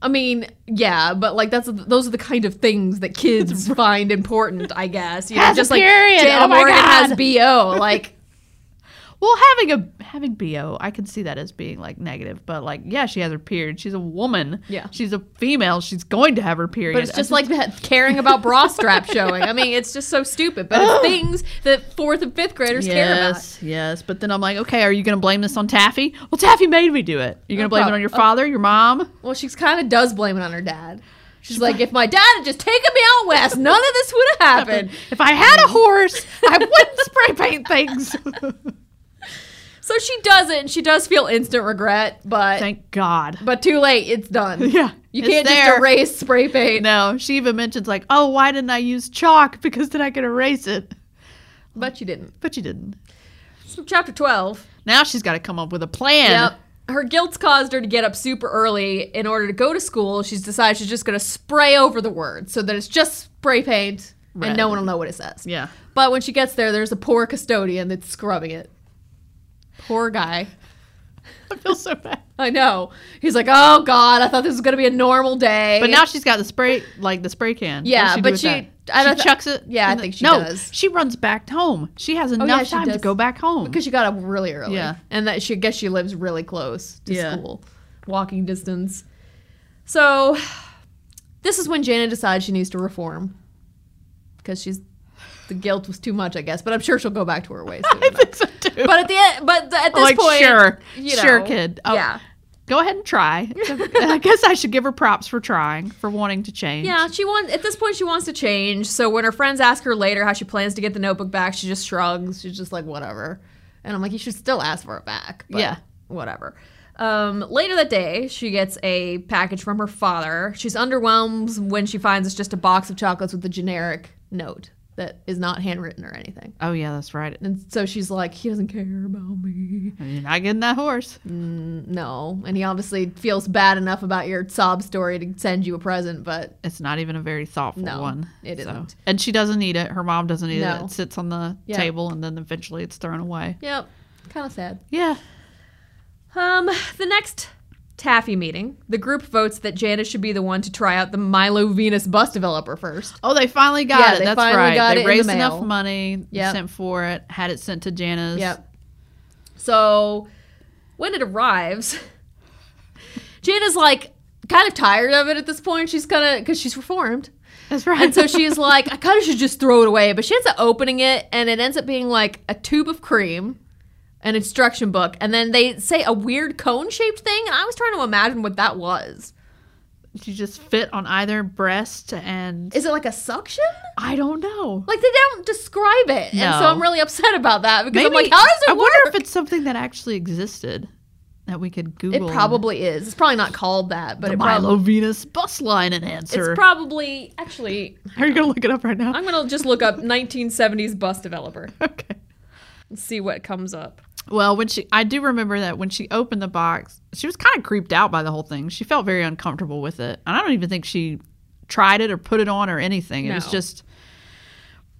A: I mean, yeah, but like that's those are the kind of things that kids find important, I guess. You know,
B: Has a
A: just like
B: period.
A: Jana
B: Oh my
A: Morgan
B: God.
A: has bo. Like,
B: Well, having a having bo, I can see that as being like negative, but like, yeah, she has her period. She's a woman.
A: Yeah.
B: she's a female. She's going to have her period.
A: but it's
B: I
A: just like that caring about bra strap showing. I mean, it's just so stupid. But it's things that fourth and fifth graders care about.
B: yes, yes. But then I'm like, okay, are you going to blame this on Taffy? Well, Taffy made me do it. You're going
A: No
B: to blame it
A: prob-
B: on your
A: oh.
B: father, your mom.
A: Well, she kind of does blame it on her dad. She's like, if my dad had just taken me out west, none of this would have happened.
B: If I had a horse, I wouldn't spray paint things.
A: So she does it, and she does feel instant regret. But
B: Thank God.
A: but too late. It's done.
B: Yeah,
A: You
B: it's
A: can't
B: there.
A: just erase spray paint.
B: No, she even mentions like, "Oh, why didn't I use chalk? Because then I could erase it."
A: But you didn't.
B: But she didn't.
A: So chapter twelve.
B: Now she's got to come up with a plan.
A: Yep. Her guilt's caused her to get up super early in order to go to school. She's decided she's just going to spray over the words so that it's just spray paint
B: Red.
A: and no one will know what it says.
B: Yeah.
A: But when she gets there, there's a poor custodian that's scrubbing it. Poor guy.
B: I feel so bad.
A: I know. He's like, oh God, I thought this was going to be a normal day.
B: But now she's got the spray, like the spray can. What
A: Yeah,
B: does do
A: but
B: with
A: she-
B: that?
A: I don't
B: she
A: th-
B: chucks it.
A: Yeah, I
B: in the-
A: think she
B: no,
A: does. Oh,
B: She runs back home. She has enough
A: yeah, she
B: time to
A: does.
B: go back home.
A: because she got up really early.
B: Yeah.
A: And that she I guess she lives really close to
B: Yeah.
A: school, walking distance. So this is when Janet decides she needs to reform because she's the guilt was too much, I guess. But I'm sure she'll go back to her ways. soon
B: I
A: enough.
B: think so too.
A: but at the end, but th- at this
B: like,
A: point,
B: sure,
A: you
B: sure,
A: know,
B: kid. Oh,
A: Yeah,
B: Go ahead and try. It's a- I guess I should give her props for trying, for wanting to change.
A: yeah. She wants at this point she wants to change. So when her friends ask her later how she plans to get the notebook back, she just shrugs. She's just like whatever. And I'm like, you should still ask for it back. but
B: Yeah.
A: whatever. Um, later that day, she gets a package from her father. She's underwhelmed when she finds it's just a box of chocolates with a generic note. that is not handwritten or anything.
B: Oh yeah, that's right.
A: And so she's like, he doesn't care about me.
B: You're not getting that horse.
A: Mm, no. And he obviously feels bad enough about your sob story to send you a present, but
B: It's not even a very thoughtful
A: No,
B: one.
A: it isn't.
B: And she doesn't need it. Her mom doesn't need it.
A: No.
B: It sits on the
A: Yeah.
B: table and then eventually it's thrown away.
A: yep, kind of sad.
B: Yeah.
A: Um, the next taffy meeting, the group votes that Janice should be the one to try out the Milo Venus bus developer first.
B: Oh, they finally got
A: Yeah,
B: it.
A: they
B: That's
A: finally
B: right.
A: got
B: they
A: it in the
B: raised
A: mail.
B: enough money,
A: Yep.
B: sent for it, had it sent to Janice.
A: Yep. So when it arrives, Jana's like kind of tired of it at this point. She's kind of because she's reformed.
B: That's right.
A: And so she's like, I kind of should just throw it away. But she ends up opening it, and it ends up being like a tube of cream, an instruction book, and then they say a weird cone shaped thing. And I was trying to imagine what that was.
B: you just fit on either breast and
A: Is it like a suction?
B: I don't know.
A: Like they don't describe it. And so
B: No.
A: I'm really upset about that because I'm like, how does it
B: I
A: work?
B: wonder if it's something that actually existed that we could Google.
A: it probably is. It's probably not called that, but
B: the
A: it
B: Milo
A: probably
B: Venus bus line and answer.
A: it's probably actually
B: Are you gonna look it up right now?
A: I'm gonna just look up 1970s bus developer
B: okay.
A: and see what comes up.
B: Well, when she, I do remember that when she opened the box, she was kind of creeped out by the whole thing. She felt very uncomfortable with it, and I don't even think she tried it or put it on or anything. It was
A: No.
B: just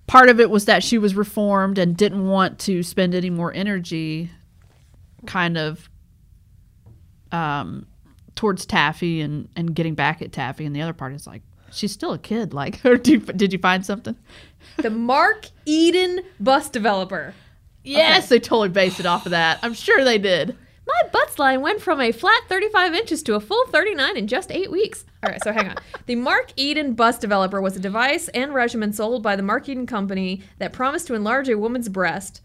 B: part of it was that she was reformed and didn't want to spend any more energy, kind of, um, towards Taffy and and getting back at Taffy. And the other part is like she's still a kid. Like, or do you, did you find something?
A: The Mark Eden bus developer.
B: Yes, they totally based it off of that. I'm sure they did.
A: My butts line went from a flat 35 inches to a full 39 in just eight weeks. All right, so hang on. The Mark Eden bus developer was a device and regimen sold by the Mark Eden company that promised to enlarge a woman's breast.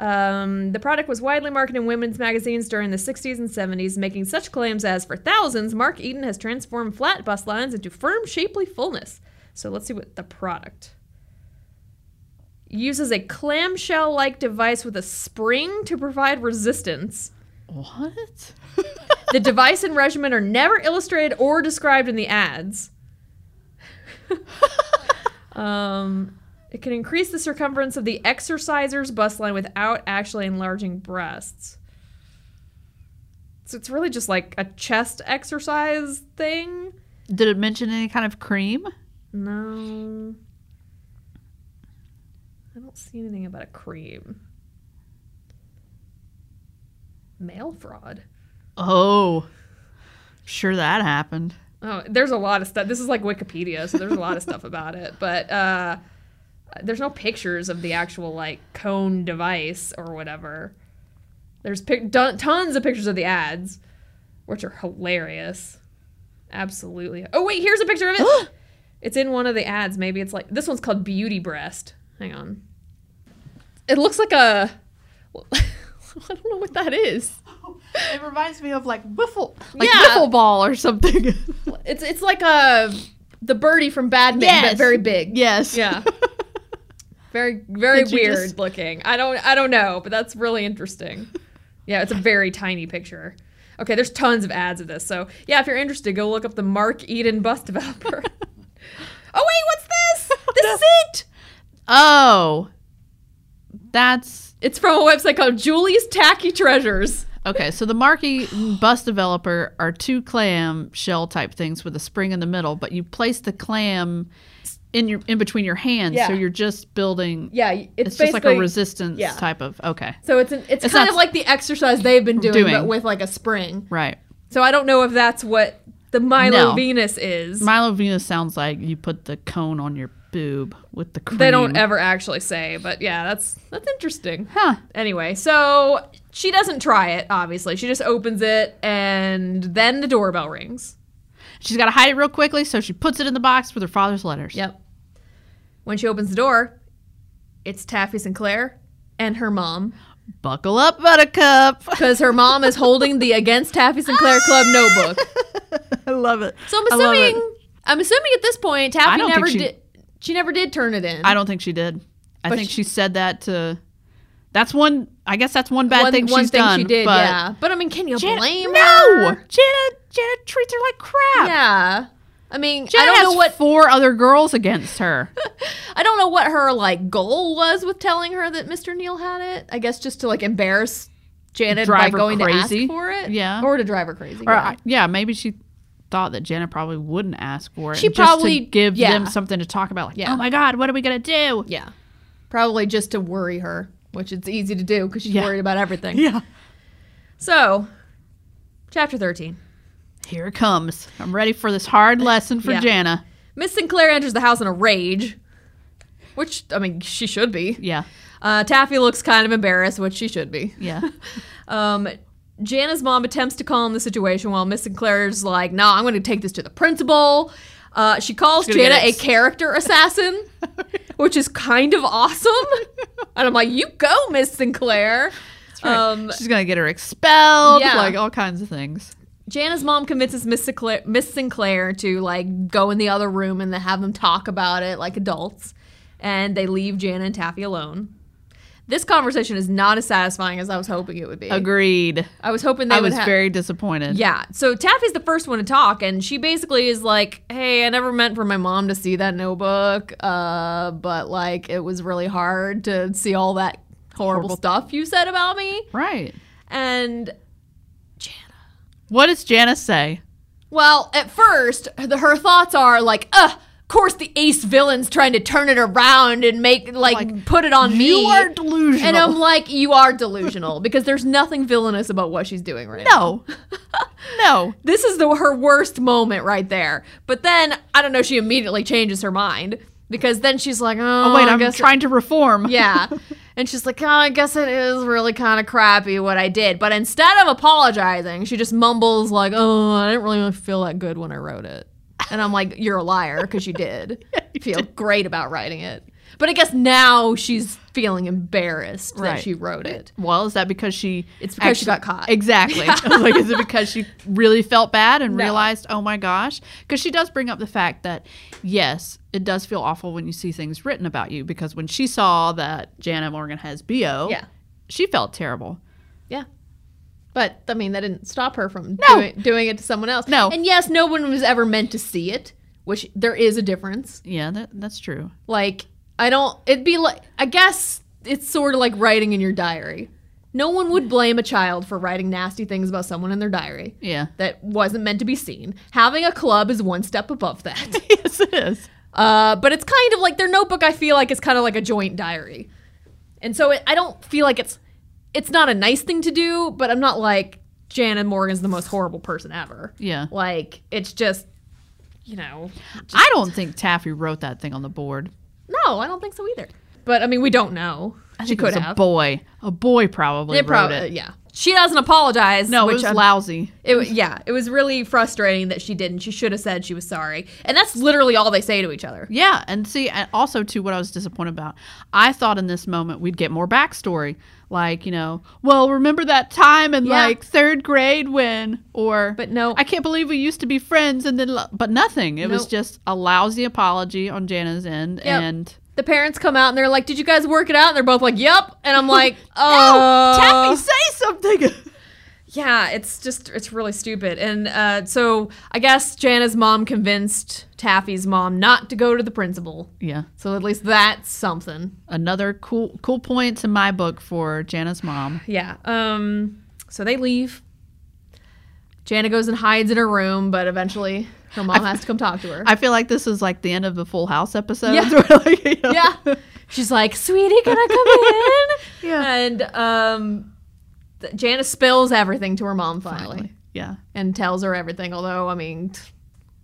A: Um, the product was widely marketed in women's magazines during the 60s and 70s, making such claims as for thousands, Mark Eden has transformed flat bus lines into firm, shapely fullness. So let's see what the product uses a clamshell like device with a spring to provide resistance.
B: What?
A: The device and regimen are never illustrated or described in the ads. um, it can increase the circumference of the exerciser's bust line without actually enlarging breasts. So it's really just like a chest exercise thing.
B: Did it mention any kind of cream?
A: No. I don't see anything about a cream. Mail fraud.
B: Oh, sure that happened.
A: Oh, there's a lot of stuff. This is like Wikipedia, so there's a lot of stuff about it. But uh, there's no pictures of the actual like cone device or whatever. There's pic- ton- tons of pictures of the ads, which are hilarious. Absolutely. Oh wait, here's a picture of it. it's in one of the ads. Maybe it's like this one's called Beauty Breast. Hang on. It looks like a. I don't know what that is.
B: It reminds me of like wiffle, like
A: Yeah.
B: wiffle ball or something.
A: It's it's like a the birdie from Badman,
B: Yes.
A: but very big.
B: yes.
A: Yeah. Very very
B: Did you
A: weird
B: just-
A: looking. I don't I don't know, but that's really interesting. Yeah, it's a very tiny picture. Okay, there's tons of ads of this. So yeah, if you're interested, go look up the Mark Eden bus developer. oh wait, what's this? This is it.
B: oh, that's
A: It's from a website called Julie's Tacky Treasures.
B: okay. So the Marky bus developer are two clam shell type things with a spring in the middle, but you place the clam in your in between your hands, so
A: Yeah.
B: you're just building.
A: Yeah, it's,
B: It's, just like a
A: basically-
B: resistance
A: yeah.
B: type of okay,
A: So it's an, it's,
B: It's
A: kind
B: not-
A: of like the exercise they've been doing,
B: Doing.
A: but with like a spring.
B: right?
A: So I don't know if that's what the Milo
B: No.
A: Venus is.
B: Milo Venus sounds like you put the cone on your boob with the cream.
A: they don't ever actually say, but yeah, that's that's interesting.
B: Huh.
A: Anyway, so she doesn't try it, obviously. She just opens it and then the doorbell rings.
B: She's got to hide it real quickly, so she puts it in the box with her father's letters.
A: Yep. When she opens the door, it's Taffy Sinclair and her mom.
B: Buckle up, Buttercup.
A: Because her mom is holding the Against Taffy Sinclair Club notebook.
B: I love it.
A: So I'm
B: Ah! I love it.
A: assuming I'm assuming at this point
B: I
A: Taffy
B: don't
A: never
B: think she-
A: did she never did turn it in.
B: I don't think she did. I
A: But
B: think she,
A: she-
B: said that to. That's one. I guess that's one bad
A: one,
B: thing
A: one
B: she's
A: thing
B: done.
A: she did,
B: but
A: yeah. But I mean, can you
B: Janet,
A: blame
B: no,
A: her?
B: Janet. Janet treats her like crap.
A: Yeah. I mean,
B: Janet
A: I don't know
B: has
A: what
B: four other girls against her.
A: I don't know what her like goal was with telling her that Mr. Neal had it. I guess just to like embarrass Janet
B: Drive
A: by
B: her
A: going to
B: crazy.
A: ask for it,
B: Yeah.
A: or to drive her crazy.
B: Or uh,
A: yeah.
B: I- yeah, maybe she thought that Janet probably wouldn't ask for it.
A: She
B: and just to
A: probably-
B: give
A: yeah.
B: them something to talk about. Like,
A: Yeah.
B: oh my god, what are we gonna do?
A: Yeah. Probably just to worry her, which it's easy to do because she's
B: Yeah.
A: worried about everything.
B: Yeah,
A: So, chapter 13.
B: here it comes. I'm ready for this hard lesson for
A: Yeah.
B: Jana.
A: Miss Sinclair enters the house in a rage, which, I mean, she should be.
B: Yeah,
A: Uh, Taffy looks kind of embarrassed, which she should be.
B: yeah.
A: Um, Jana's mom attempts to calm the situation while Miss Sinclair's like, no, I'm going to take this to the principal. Uh, she calls
B: She's gonna
A: Jana
B: get
A: a
B: ex-
A: character assassin, which is kind of awesome. And I'm like, you go, Miss Sinclair. Um,
B: She's gonna get her expelled.
A: Yeah.
B: like all kinds of things.
A: Jana's mom convinces Miss Sinclair, Miss Sinclair to like go in the other room and then have them talk about it like adults, and they leave Jana and Taffy alone. This conversation is not as satisfying as I was hoping it would be.
B: Agreed.
A: I was hoping they
B: I
A: would
B: was
A: ha-
B: very disappointed.
A: yeah. So Taffy's the first one to talk, and she basically is like, "Hey, I never meant for my mom to see that notebook, uh, but like it was really hard to see all that horrible.
B: Horrible.
A: stuff you said about me."
B: Right.
A: And
B: What does Jana say?
A: Well, at first, the, her thoughts are like, "Ugh, of course the ace villain's trying to turn it around and make like,
B: Like,
A: put it on me."
B: You are delusional.
A: and I'm like, "You are delusional because there's nothing villainous about what she's doing right now."
B: no, no.
A: This is the her worst moment right there. But then I don't know, she immediately changes her mind because then she's like, "Oh,
B: Oh, wait,
A: I
B: I'm
A: guess
B: trying to reform.
A: yeah. And she's like, oh, I guess it is really kind of crappy what I did. But instead of apologizing, she just mumbles, like, oh, I didn't really feel that good when I wrote it. And I'm like, you're a liar because you did feel great about writing it. But I guess now she's feeling embarrassed that
B: Right.
A: she wrote it.
B: Well, is that because she?
A: It's because she got caught.
B: Exactly. I was like, is it because she really felt bad and
A: No.
B: realized, oh my gosh? Because she does bring up the fact that yes, it does feel awful when you see things written about you. Because when she saw that Jana Morgan has bo,
A: Yeah.
B: she felt terrible.
A: Yeah. But I mean, that didn't stop her from
B: No.
A: doing, doing it to someone else.
B: No.
A: And yes, no one was ever meant to see it, which there is a difference.
B: Yeah, that, that's true.
A: Like, I don't, it'd be like, I guess it's sort of like writing in your diary. No one would blame a child for writing nasty things about someone in their diary
B: Yeah.
A: that wasn't meant to be seen. Having a club is one step above that.
B: yes, it is.
A: uh, but it's kind of like their notebook, I feel like, is kind of like a joint diary. And so it, I don't feel like it's, it's not a nice thing to do, but I'm not like, Jan and Morgan's the most horrible person ever.
B: Yeah.
A: Like, it's just, you know.
B: I don't think Taffy wrote that thing on the board.
A: No, I don't think so either. But I mean, we don't know.
B: I
A: she
B: think
A: could
B: it was
A: have.
B: a boy. A boy probably
A: They
B: wrote
A: prob-
B: it.
A: Yeah. She doesn't apologize.
B: No,
A: which
B: it was
A: I'm-
B: lousy.
A: it wa- yeah, it was really frustrating that she didn't. She should have said she was sorry. And that's literally all they say to each other.
B: Yeah, and see, and also too, what I was disappointed about, I thought in this moment we'd get more backstory, like you know, well, remember that time in
A: Yeah.
B: like third grade when, or
A: But no.
B: I can't believe we used to be friends, and then, lo- but nothing. It was
A: Nope.
B: just a lousy apology on Jana's end,
A: Yep.
B: and
A: The parents come out and they're like, "Did you guys work it out?" And they're both like, "Yep." And I'm like,
B: oh,
A: "Oh,
B: Taffy, say something.
A: Yeah, it's just it's really stupid. And uh, so I guess Jana's mom convinced Taffy's mom not to go to the principal.
B: yeah,
A: So at least that's something.
B: another cool cool points in my book for Jana's mom.
A: Yeah. Um. So they leave. Jana goes and hides in her room, but eventually her mom has to come talk to her.
B: I feel like this is like the end of the Full House episode.
A: Yeah. yeah. She's like, "Sweetie, can I come in?"
B: Yeah.
A: And um, th- Jana spills everything to her mom finally,
B: yeah.
A: and tells her everything. Although, I mean, t-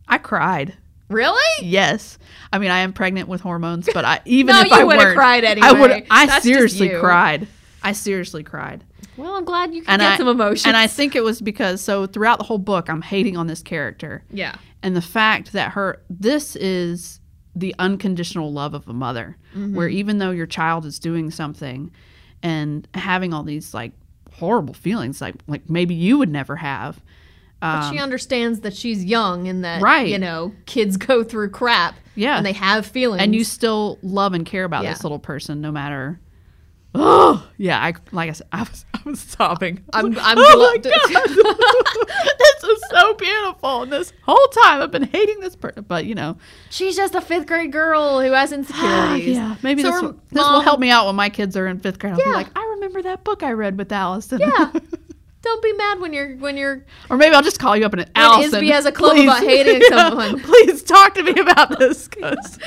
B: I cried.
A: really?
B: Yes. I mean, I am pregnant with hormones, but I even
A: No,
B: if
A: you
B: I
A: would've
B: weren't,
A: cried
B: I
A: anyway.
B: would. I
A: That's just
B: seriously
A: you.
B: cried. I seriously cried,
A: Well, I'm glad you can
B: and
A: get
B: I
A: some emotion.
B: And I think it was because so throughout the whole book, I'm hating on this character,
A: yeah,
B: and the fact that her this is the unconditional love of a mother,
A: Mm-hmm.
B: where even though your child is doing something, and having all these like horrible feelings, like like maybe you would never have.
A: but she understands that she's young and that
B: Right.
A: you know kids go through crap.
B: Yeah.
A: and they have feelings.
B: and you still love and care about
A: Yeah.
B: this little person no matter oh yeah i like i said i was i was sobbing
A: I'm, I'm
B: oh my
A: glo-
B: god this is so beautiful know this whole time I've been hating this person, but you know,
A: She's just a fifth grade girl who has insecurities.
B: Ah, yeah, maybe
A: So
B: this,
A: her
B: will, this will
A: mom-
B: help me out when my kids are in fifth grade. I'll be
A: Yeah.
B: like, I remember that book I read with Allison.
A: Yeah. Don't be mad when you're when you're
B: or maybe I'll just call you up and Allison.
A: Isby has a club about hating someone.
B: Please talk to me about this. 'cause-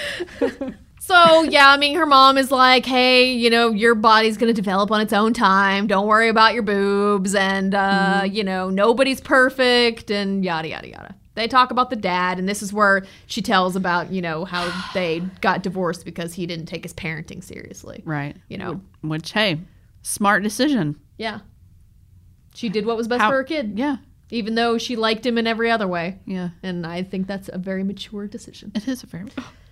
A: so yeah, I mean her mom is like, hey, you know, your body's gonna develop on its own time. Don't worry about your boobs and uh,
B: Mm-hmm.
A: you know, nobody's perfect and yada yada yada. They talk about the dad, and this is where she tells about, you know, how they got divorced because he didn't take his parenting seriously.
B: right.
A: You know.
B: Which, hey, smart decision.
A: Yeah. She did what was best
B: How-
A: for her kid,
B: Yeah.
A: even though she liked him in every other way.
B: Yeah.
A: And I think that's a very mature decision.
B: It is a very.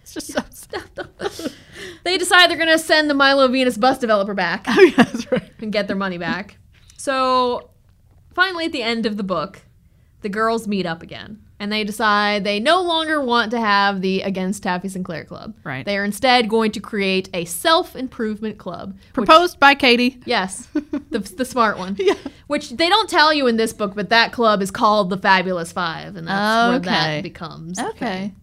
B: it's just so.
A: They decide they're going to send the Milo Venus bus developer back
B: Oh, yeah, that's right.
A: and get their money back. So finally, at the end of the book, the girls meet up again and they decide they no longer want to have the Against Taffy Sinclair Club.
B: Right.
A: They are instead going to create a self improvement club. which-
B: Proposed by Katie.
A: Yes, the, the smart one.
B: Yeah.
A: Which they don't tell you in this book, but that club is called the Fabulous Five, and that's where
B: Okay.
A: that becomes. a thing.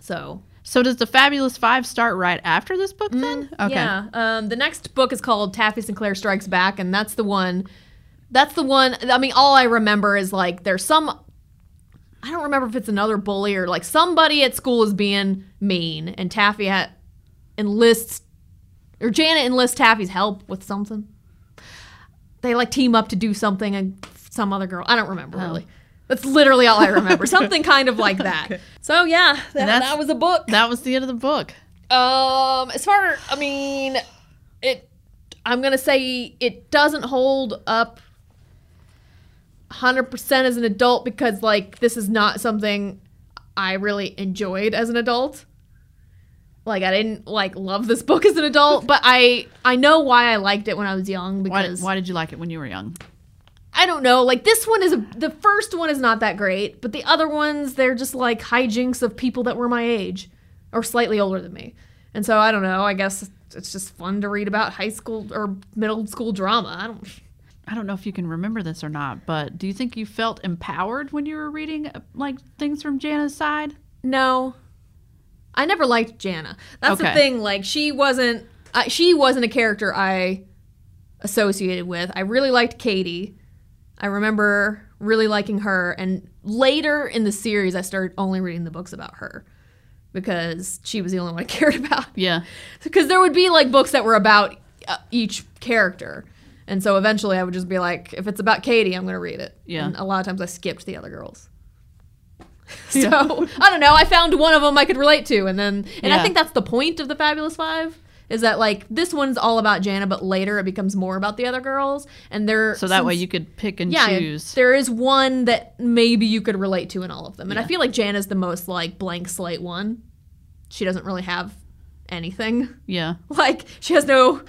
A: So
B: So does the Fabulous Five start right after this book then?
A: Yeah. Um, the next book is called Taffy Sinclair Strikes Back, and that's the one. That's the one. I mean, all I remember is like there's some. I don't remember if it's another bully or like somebody at school is being mean, and Taffy ha- enlists or Janet enlists Taffy's help with something. They like team up to do something, and some other girl. I don't remember really. That's literally all I remember. something kind of like that. So yeah, that,
B: that's-
A: that was a book.
B: That was the end of the book.
A: Um, as far I mean, it. I'm gonna say it doesn't hold up. Hundred percent as an adult because like this is not something I really enjoyed as an adult. Like I didn't like love this book as an adult, but I I know why I liked it when I was young
B: Why,
A: because
B: why did you like it when you were young?
A: I don't know. Like this one is a, the first one is not that great, but the other ones they're just like hijinks of people that were my age or slightly older than me. And so I don't know. I guess it's just fun to read about high school or middle school drama. I don't.
B: I don't know if you can remember this or not, but do you think you felt empowered when you were reading uh, like things from Jana's side?
A: No, I never liked Jana. That's
B: Okay.
A: the thing. Like she wasn't. Uh, she wasn't a character I associated with. I really liked Katie. I remember really liking her, and later in the series, I started only reading the books about her because she was the only one I cared about.
B: Yeah.
A: Because there would be like books that were about uh, each character, and so eventually I would just be like, if it's about Katie, I'm going to read it.
B: Yeah.
A: And a lot of times I skipped the other girls. So I don't know. I found one of them I could relate to, and then and
B: Yeah.
A: I think that's the point of the Fabulous Five is that like this one's all about Jana, but later it becomes more about the other girls, and they're
B: So that way
A: since-
B: you could pick and
A: yeah,
B: choose.
A: there is one that maybe you could relate to in all of them, and
B: Yeah.
A: I feel like Jana's the most like blank slate one. She doesn't really have anything.
B: Yeah.
A: Like she has no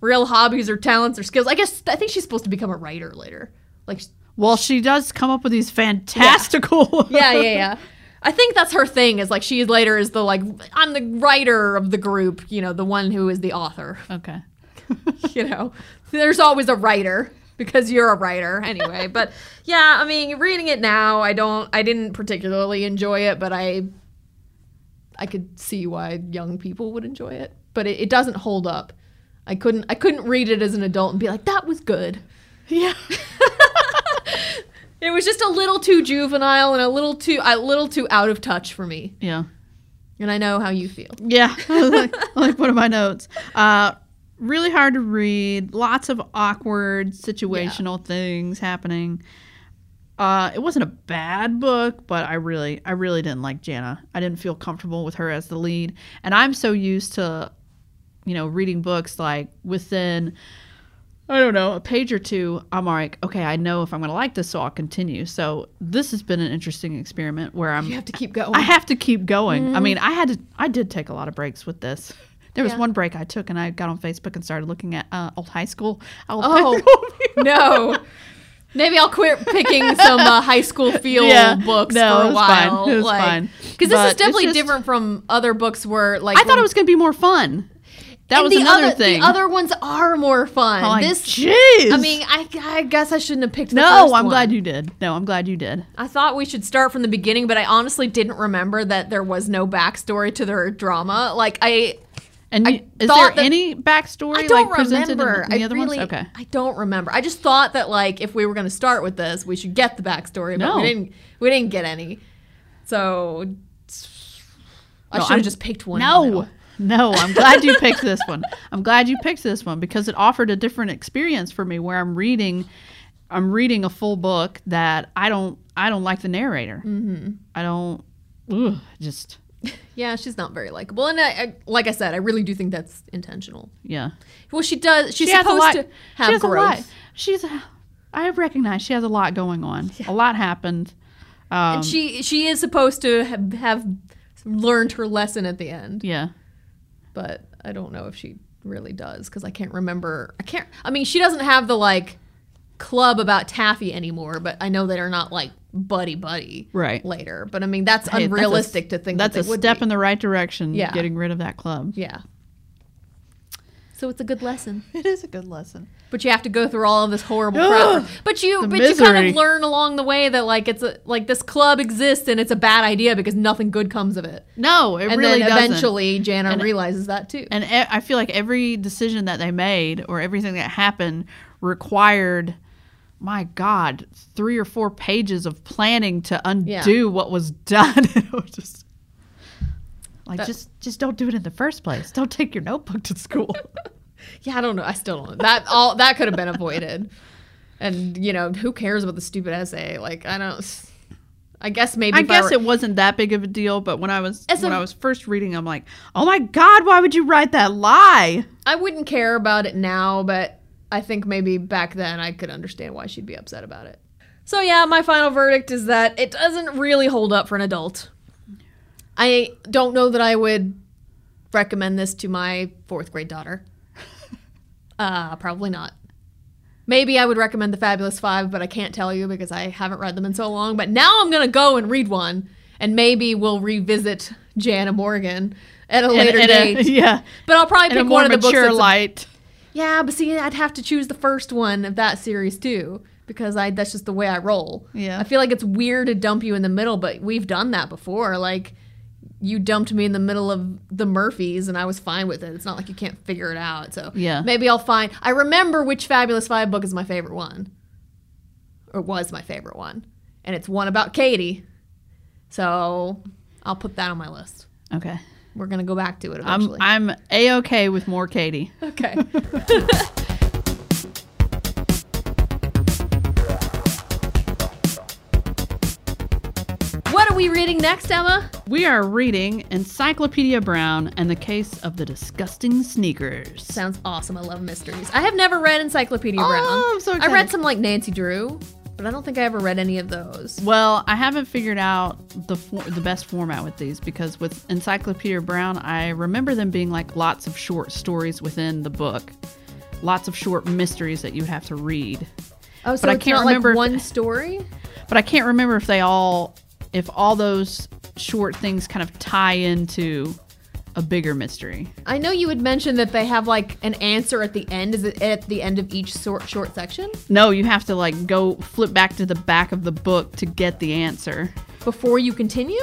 A: real hobbies or talents or skills. I guess I think she's supposed to become a writer later. Like
B: Well, she does come up with these fantastical.
A: yeah, yeah, yeah. I think that's her thing. Is like she later is the like I'm the writer of the group. You know, the one who is the author.
B: okay.
A: You know, there's always a writer because you're a writer anyway. but yeah, I mean, reading it now, I don't. I didn't particularly enjoy it, but I I could see why young people would enjoy it. But it, it doesn't hold up. I couldn't. I couldn't read it as an adult and be like, that was good.
B: Yeah.
A: It was just a little too juvenile and a little too a little too out of touch for me.
B: Yeah.
A: And I know how you feel.
B: Yeah, like, like one of my notes. Uh, really hard to read. Lots of awkward situational things happening. Uh, it wasn't a bad book, but I really, I really didn't like Jana. I didn't feel comfortable with her as the lead, and I'm so used to, you know, reading books like within, I don't know, a page or two. I'm like, okay, I know if I'm going to like this, so I'll continue. So this has been an interesting experiment where I'm
A: You have to keep going.
B: I have to keep going. I mean, I had to. I did take a lot of breaks with this. There was
A: Mm-hmm. Yeah.
B: one break I took, and I got on Facebook and started looking at uh, old high school. Old
A: Oh,
B: high school people.
A: no. Maybe I'll quit picking some uh, high school feel
B: Yeah.
A: books
B: No,
A: for
B: it
A: a
B: was fine.
A: while.
B: It was fine.
A: Because
B: But
A: this is
B: it's
A: definitely
B: just-
A: different from other books where, like,
B: I thought
A: when-
B: it was going to be more fun. That
A: And
B: was
A: the
B: another
A: other,
B: thing. Oh,
A: The other ones are more fun.
B: I'm like,
A: this,
B: jeez.
A: I mean, I, I guess I shouldn't have picked. The
B: no,
A: first
B: I'm
A: one.
B: glad you did. No, I'm glad you did.
A: I thought we should start from the beginning, but I honestly didn't remember that there was no backstory to their drama. Like I,
B: And
A: I
B: you, is there
A: thought that-
B: any backstory
A: I don't
B: like presented in the-
A: remember.
B: in the,
A: I
B: other
A: really,
B: ones? Okay.
A: I don't remember. I just thought that like if we were going to start with this, we should get the backstory, but
B: No.
A: we didn't. We didn't get any. So I
B: No,
A: should
B: I'm-
A: have just picked one. in the
B: No.
A: middle.
B: No, I'm glad you picked this one. I'm glad you picked this one because it offered a different experience for me where I'm reading I'm reading a full book that I don't I don't like the narrator. Mm-hmm. I don't ugh, just
A: Yeah, she's not very likable, and I, I, like I said, I really do think that's intentional.
B: yeah.
A: Well, she does. She's
B: She has a
A: supposed
B: lot-
A: to
B: she
A: have
B: has
A: growth.
B: a lot. She's a, I recognize she has a lot going on. A lot happened. Um,
A: And she she is supposed to have, have learned her lesson at the end,
B: yeah.
A: but I don't know if she really does because I can't remember. I can't. I mean, she doesn't have the like club about Taffy anymore, but I know that are not like buddy buddy
B: Right.
A: later. But I mean, that's
B: Hey, that's a-
A: unrealistic to think
B: That's
A: that
B: a
A: they would
B: step
A: be.
B: in the right direction.
A: Yeah.
B: Getting rid of that club.
A: yeah. So it's a good lesson.
B: It is a good lesson.
A: But you have to go through all of this horrible
B: Ugh.
A: crap. But you,
B: The
A: but you kind
B: misery.
A: of learn along the way that like it's a, like this club exists and it's a bad idea because nothing good comes of it.
B: No, it
A: And
B: really
A: then
B: doesn't.
A: eventually, Jana realizes that too.
B: and e- I feel like every decision that they made or everything that happened required, my God, three or four pages of planning to undo what was done. it was just like
A: That-
B: just just don't do it in the first place. Don't take your notebook to school.
A: yeah, I don't know. I still don't know. That all that could have been avoided. And you know, who cares about the stupid essay? Like I don't. I guess maybe.
B: I
A: if
B: guess
A: were-
B: it wasn't that big of a deal, but when I was
A: As
B: when
A: a-
B: I was first reading, I'm like, oh my God, why would you write that lie?
A: I wouldn't care about it now, but I think maybe back then I could understand why she'd be upset about it. So yeah, my final verdict is that it doesn't really hold up for an adult. I don't know that I would recommend this to my fourth grade daughter. Uh, probably not. Maybe I would recommend the Fabulous Five, but I can't tell you because I haven't read them in so long. But now I'm gonna go and read one, and maybe we'll revisit Jana Morgan at a
B: In-
A: later
B: in a-
A: date.
B: yeah,
A: But I'll probably
B: in a
A: pick
B: more
A: one of the books.
B: mature
A: that's a-
B: light.
A: yeah, but see, I'd have to choose the first one of that series too because I that's just the way I roll.
B: Yeah.
A: I feel like it's weird to dump you in the middle, but we've done that before. Like you dumped me in the middle of the Murphys and I was fine with it. It's not like you can't figure it out. So
B: Yeah.
A: maybe I'll find I remember which Fabulous Five book is my favorite one. Or was my favorite one. And it's one about Katie. So I'll put that on my list.
B: Okay,
A: We're gonna go back to it
B: I'm
A: eventually.
B: I'm a okay with more Katie.
A: Okay. what are we reading next, Emma?
B: We are reading Encyclopedia Brown and the Case of the Disgusting Sneakers.
A: Sounds awesome. I love mysteries. I have never read Encyclopedia
B: Oh,
A: Brown.
B: I'm so
A: I read
B: excited.
A: some like Nancy Drew, but I don't think I ever read any of those.
B: Well, I haven't figured out the for- the best format with these because with Encyclopedia Brown, I remember them being like lots of short stories within the book, lots of short mysteries that you have to read.
A: Oh, so
B: But I
A: it's
B: can't
A: not
B: remember if-
A: like one story.
B: But I can't remember if they all, if all those short things kind of tie into a bigger mystery.
A: I know you had mentioned that they have like an answer at the end. Is it at the end of each sort, short section
B: No, you have to like go flip back to the back of the book to get the answer.
A: before you continue?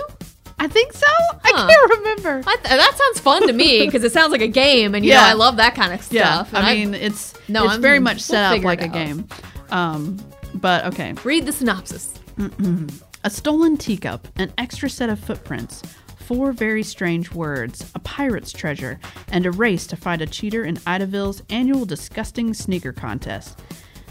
B: I think so. I
A: Huh.
B: can't remember.
A: I th- that sounds fun to me because it sounds like a game, and you
B: Yeah.
A: know I love that kind of
B: Yeah,
A: stuff. and
B: I mean it's
A: No,
B: it's
A: I'm-
B: very much
A: we'll
B: set up
A: figure
B: like
A: it
B: a
A: out.
B: game. Um, but okay,
A: read the synopsis.
B: a stolen teacup, an extra set of footprints, four very strange words, a pirate's treasure, and a race to find a cheater in Idaville's annual disgusting sneaker contest.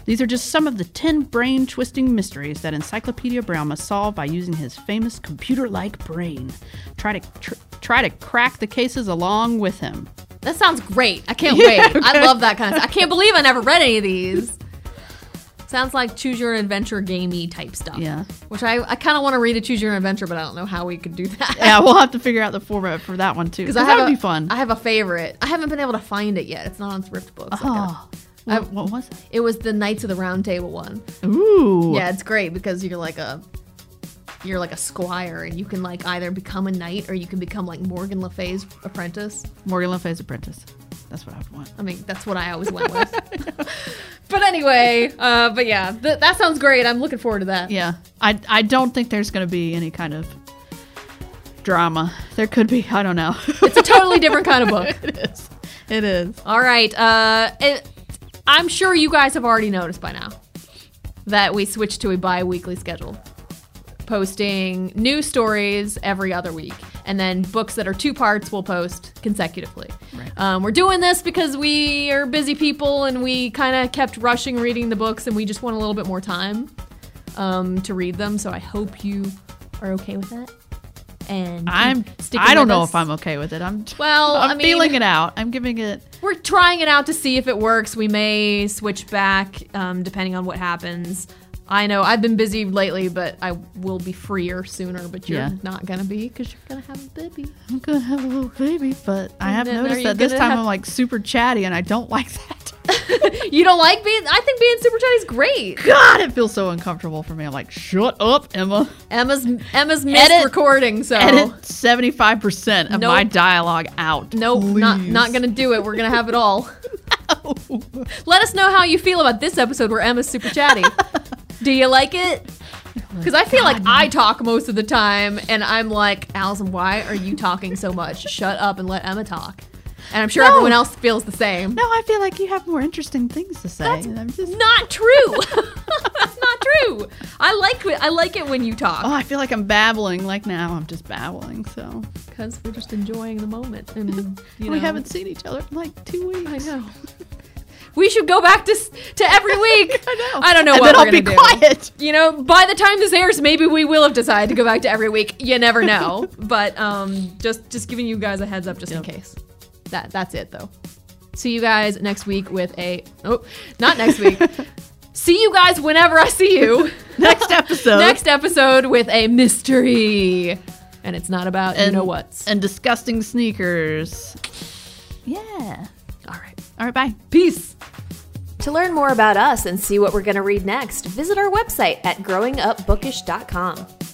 B: These are just some of the 10 brain twisting mysteries that Encyclopedia Brown must solve by using his famous computer like brain. Try to, tr- try to crack the cases along with him.
A: That sounds great. I can't
B: Yeah,
A: wait.
B: okay.
A: I love that kind of. stuff. I can't believe I never read any of these. Sounds like choose your own adventure gamey type stuff.
B: Yeah.
A: Which I, I kind of want to read a choose your own adventure, but I don't know how we could do that.
B: Yeah, we'll have to figure out the format for that one too. Because
A: I
B: that
A: have
B: would
A: a-
B: be fun.
A: I have a favorite. I haven't been able to find it yet. It's not on Thrift Books. I gotta-
B: oh,
A: I-
B: what, what was it?
A: It was the Knights of the Round Table one.
B: Ooh,
A: Yeah, it's great because you're like a you're like a squire and you can like either become a knight or you can become like Morgan Le Fay's apprentice.
B: Morgan Le Fay's apprentice. That's what I would want.
A: I mean, that's what I always went with. but anyway, uh, but yeah, th- that sounds great. I'm looking forward to that.
B: Yeah. I, I don't think there's going to be any kind of drama. There could be. I don't know.
A: It's a totally different kind of book.
B: it is. It is.
A: All right. Uh, it, I'm sure you guys have already noticed by now that we switched to a bi weekly schedule, posting new stories every other week. And then books that are two parts will post consecutively.
B: Right.
A: Um, we're doing this because we are busy people and we kind of kept rushing reading the books and we just want a little bit more time um, to read them. So I hope you are okay with that. And
B: I'm.
A: sticking
B: I don't
A: with
B: know
A: us.
B: if I'm okay with it. I'm.
A: Well,
B: I'm
A: I mean-
B: feeling it out. I'm giving it.
A: we're trying it out to see if it works. We may switch back um, depending on what happens. I know I've been busy lately, but I will be freer sooner. But you're
B: Yeah.
A: not gonna be because you're gonna have a baby.
B: I'm gonna have a little baby, but I have
A: then are
B: noticed
A: you
B: that this
A: gonna
B: time
A: have-
B: I'm like super chatty, and I don't like that.
A: You don't like being. I think being super chatty is great.
B: God, it feels so uncomfortable for me. I'm like, shut up, Emma.
A: Emma's Emma's missed
B: Edit.
A: recording, so
B: Edit 75 percent of
A: Nope.
B: my dialogue out.
A: nope, not
B: please.
A: not gonna do it. We're gonna have it all.
B: No.
A: Let us know how you feel about this episode where Emma's super chatty. Do you like it?
B: Oh
A: Because I feel like I talk most of the time, and I'm like, Allison, why are you talking so much? Shut up and let Emma talk. And I'm sure
B: No.
A: everyone else feels the same.
B: No, I feel like you have more interesting things to say. and I'm just.
A: Not true. That's not true. I like it. I like it when you
B: Oh,
A: talk
B: I feel like I'm babbling. Like now, I'm just babbling. So
A: because we're just enjoying the moment, and you
B: Uh-huh. we
A: know,
B: haven't seen each other in like two weeks.
A: I know. We should go back to s- to every week.
B: I know.
A: I don't know
B: And
A: what
B: then
A: we're
B: I'll be
A: gonna do.
B: quiet.
A: you know, by the time this airs, maybe we will have decided to go back to every week. You never know. but um, just just giving you guys a heads up, just in
B: Yep.
A: case. That that's it though. See you guys next week with a oh, not next week. see you guys whenever I see you.
B: Next episode.
A: next episode with a mystery, and it's not about you know what's.
B: and disgusting sneakers. Yeah.
A: All right,
B: All right. Bye.
A: peace.
C: To learn more about us and see what we're going to read next, visit our website at growingupbookish.com.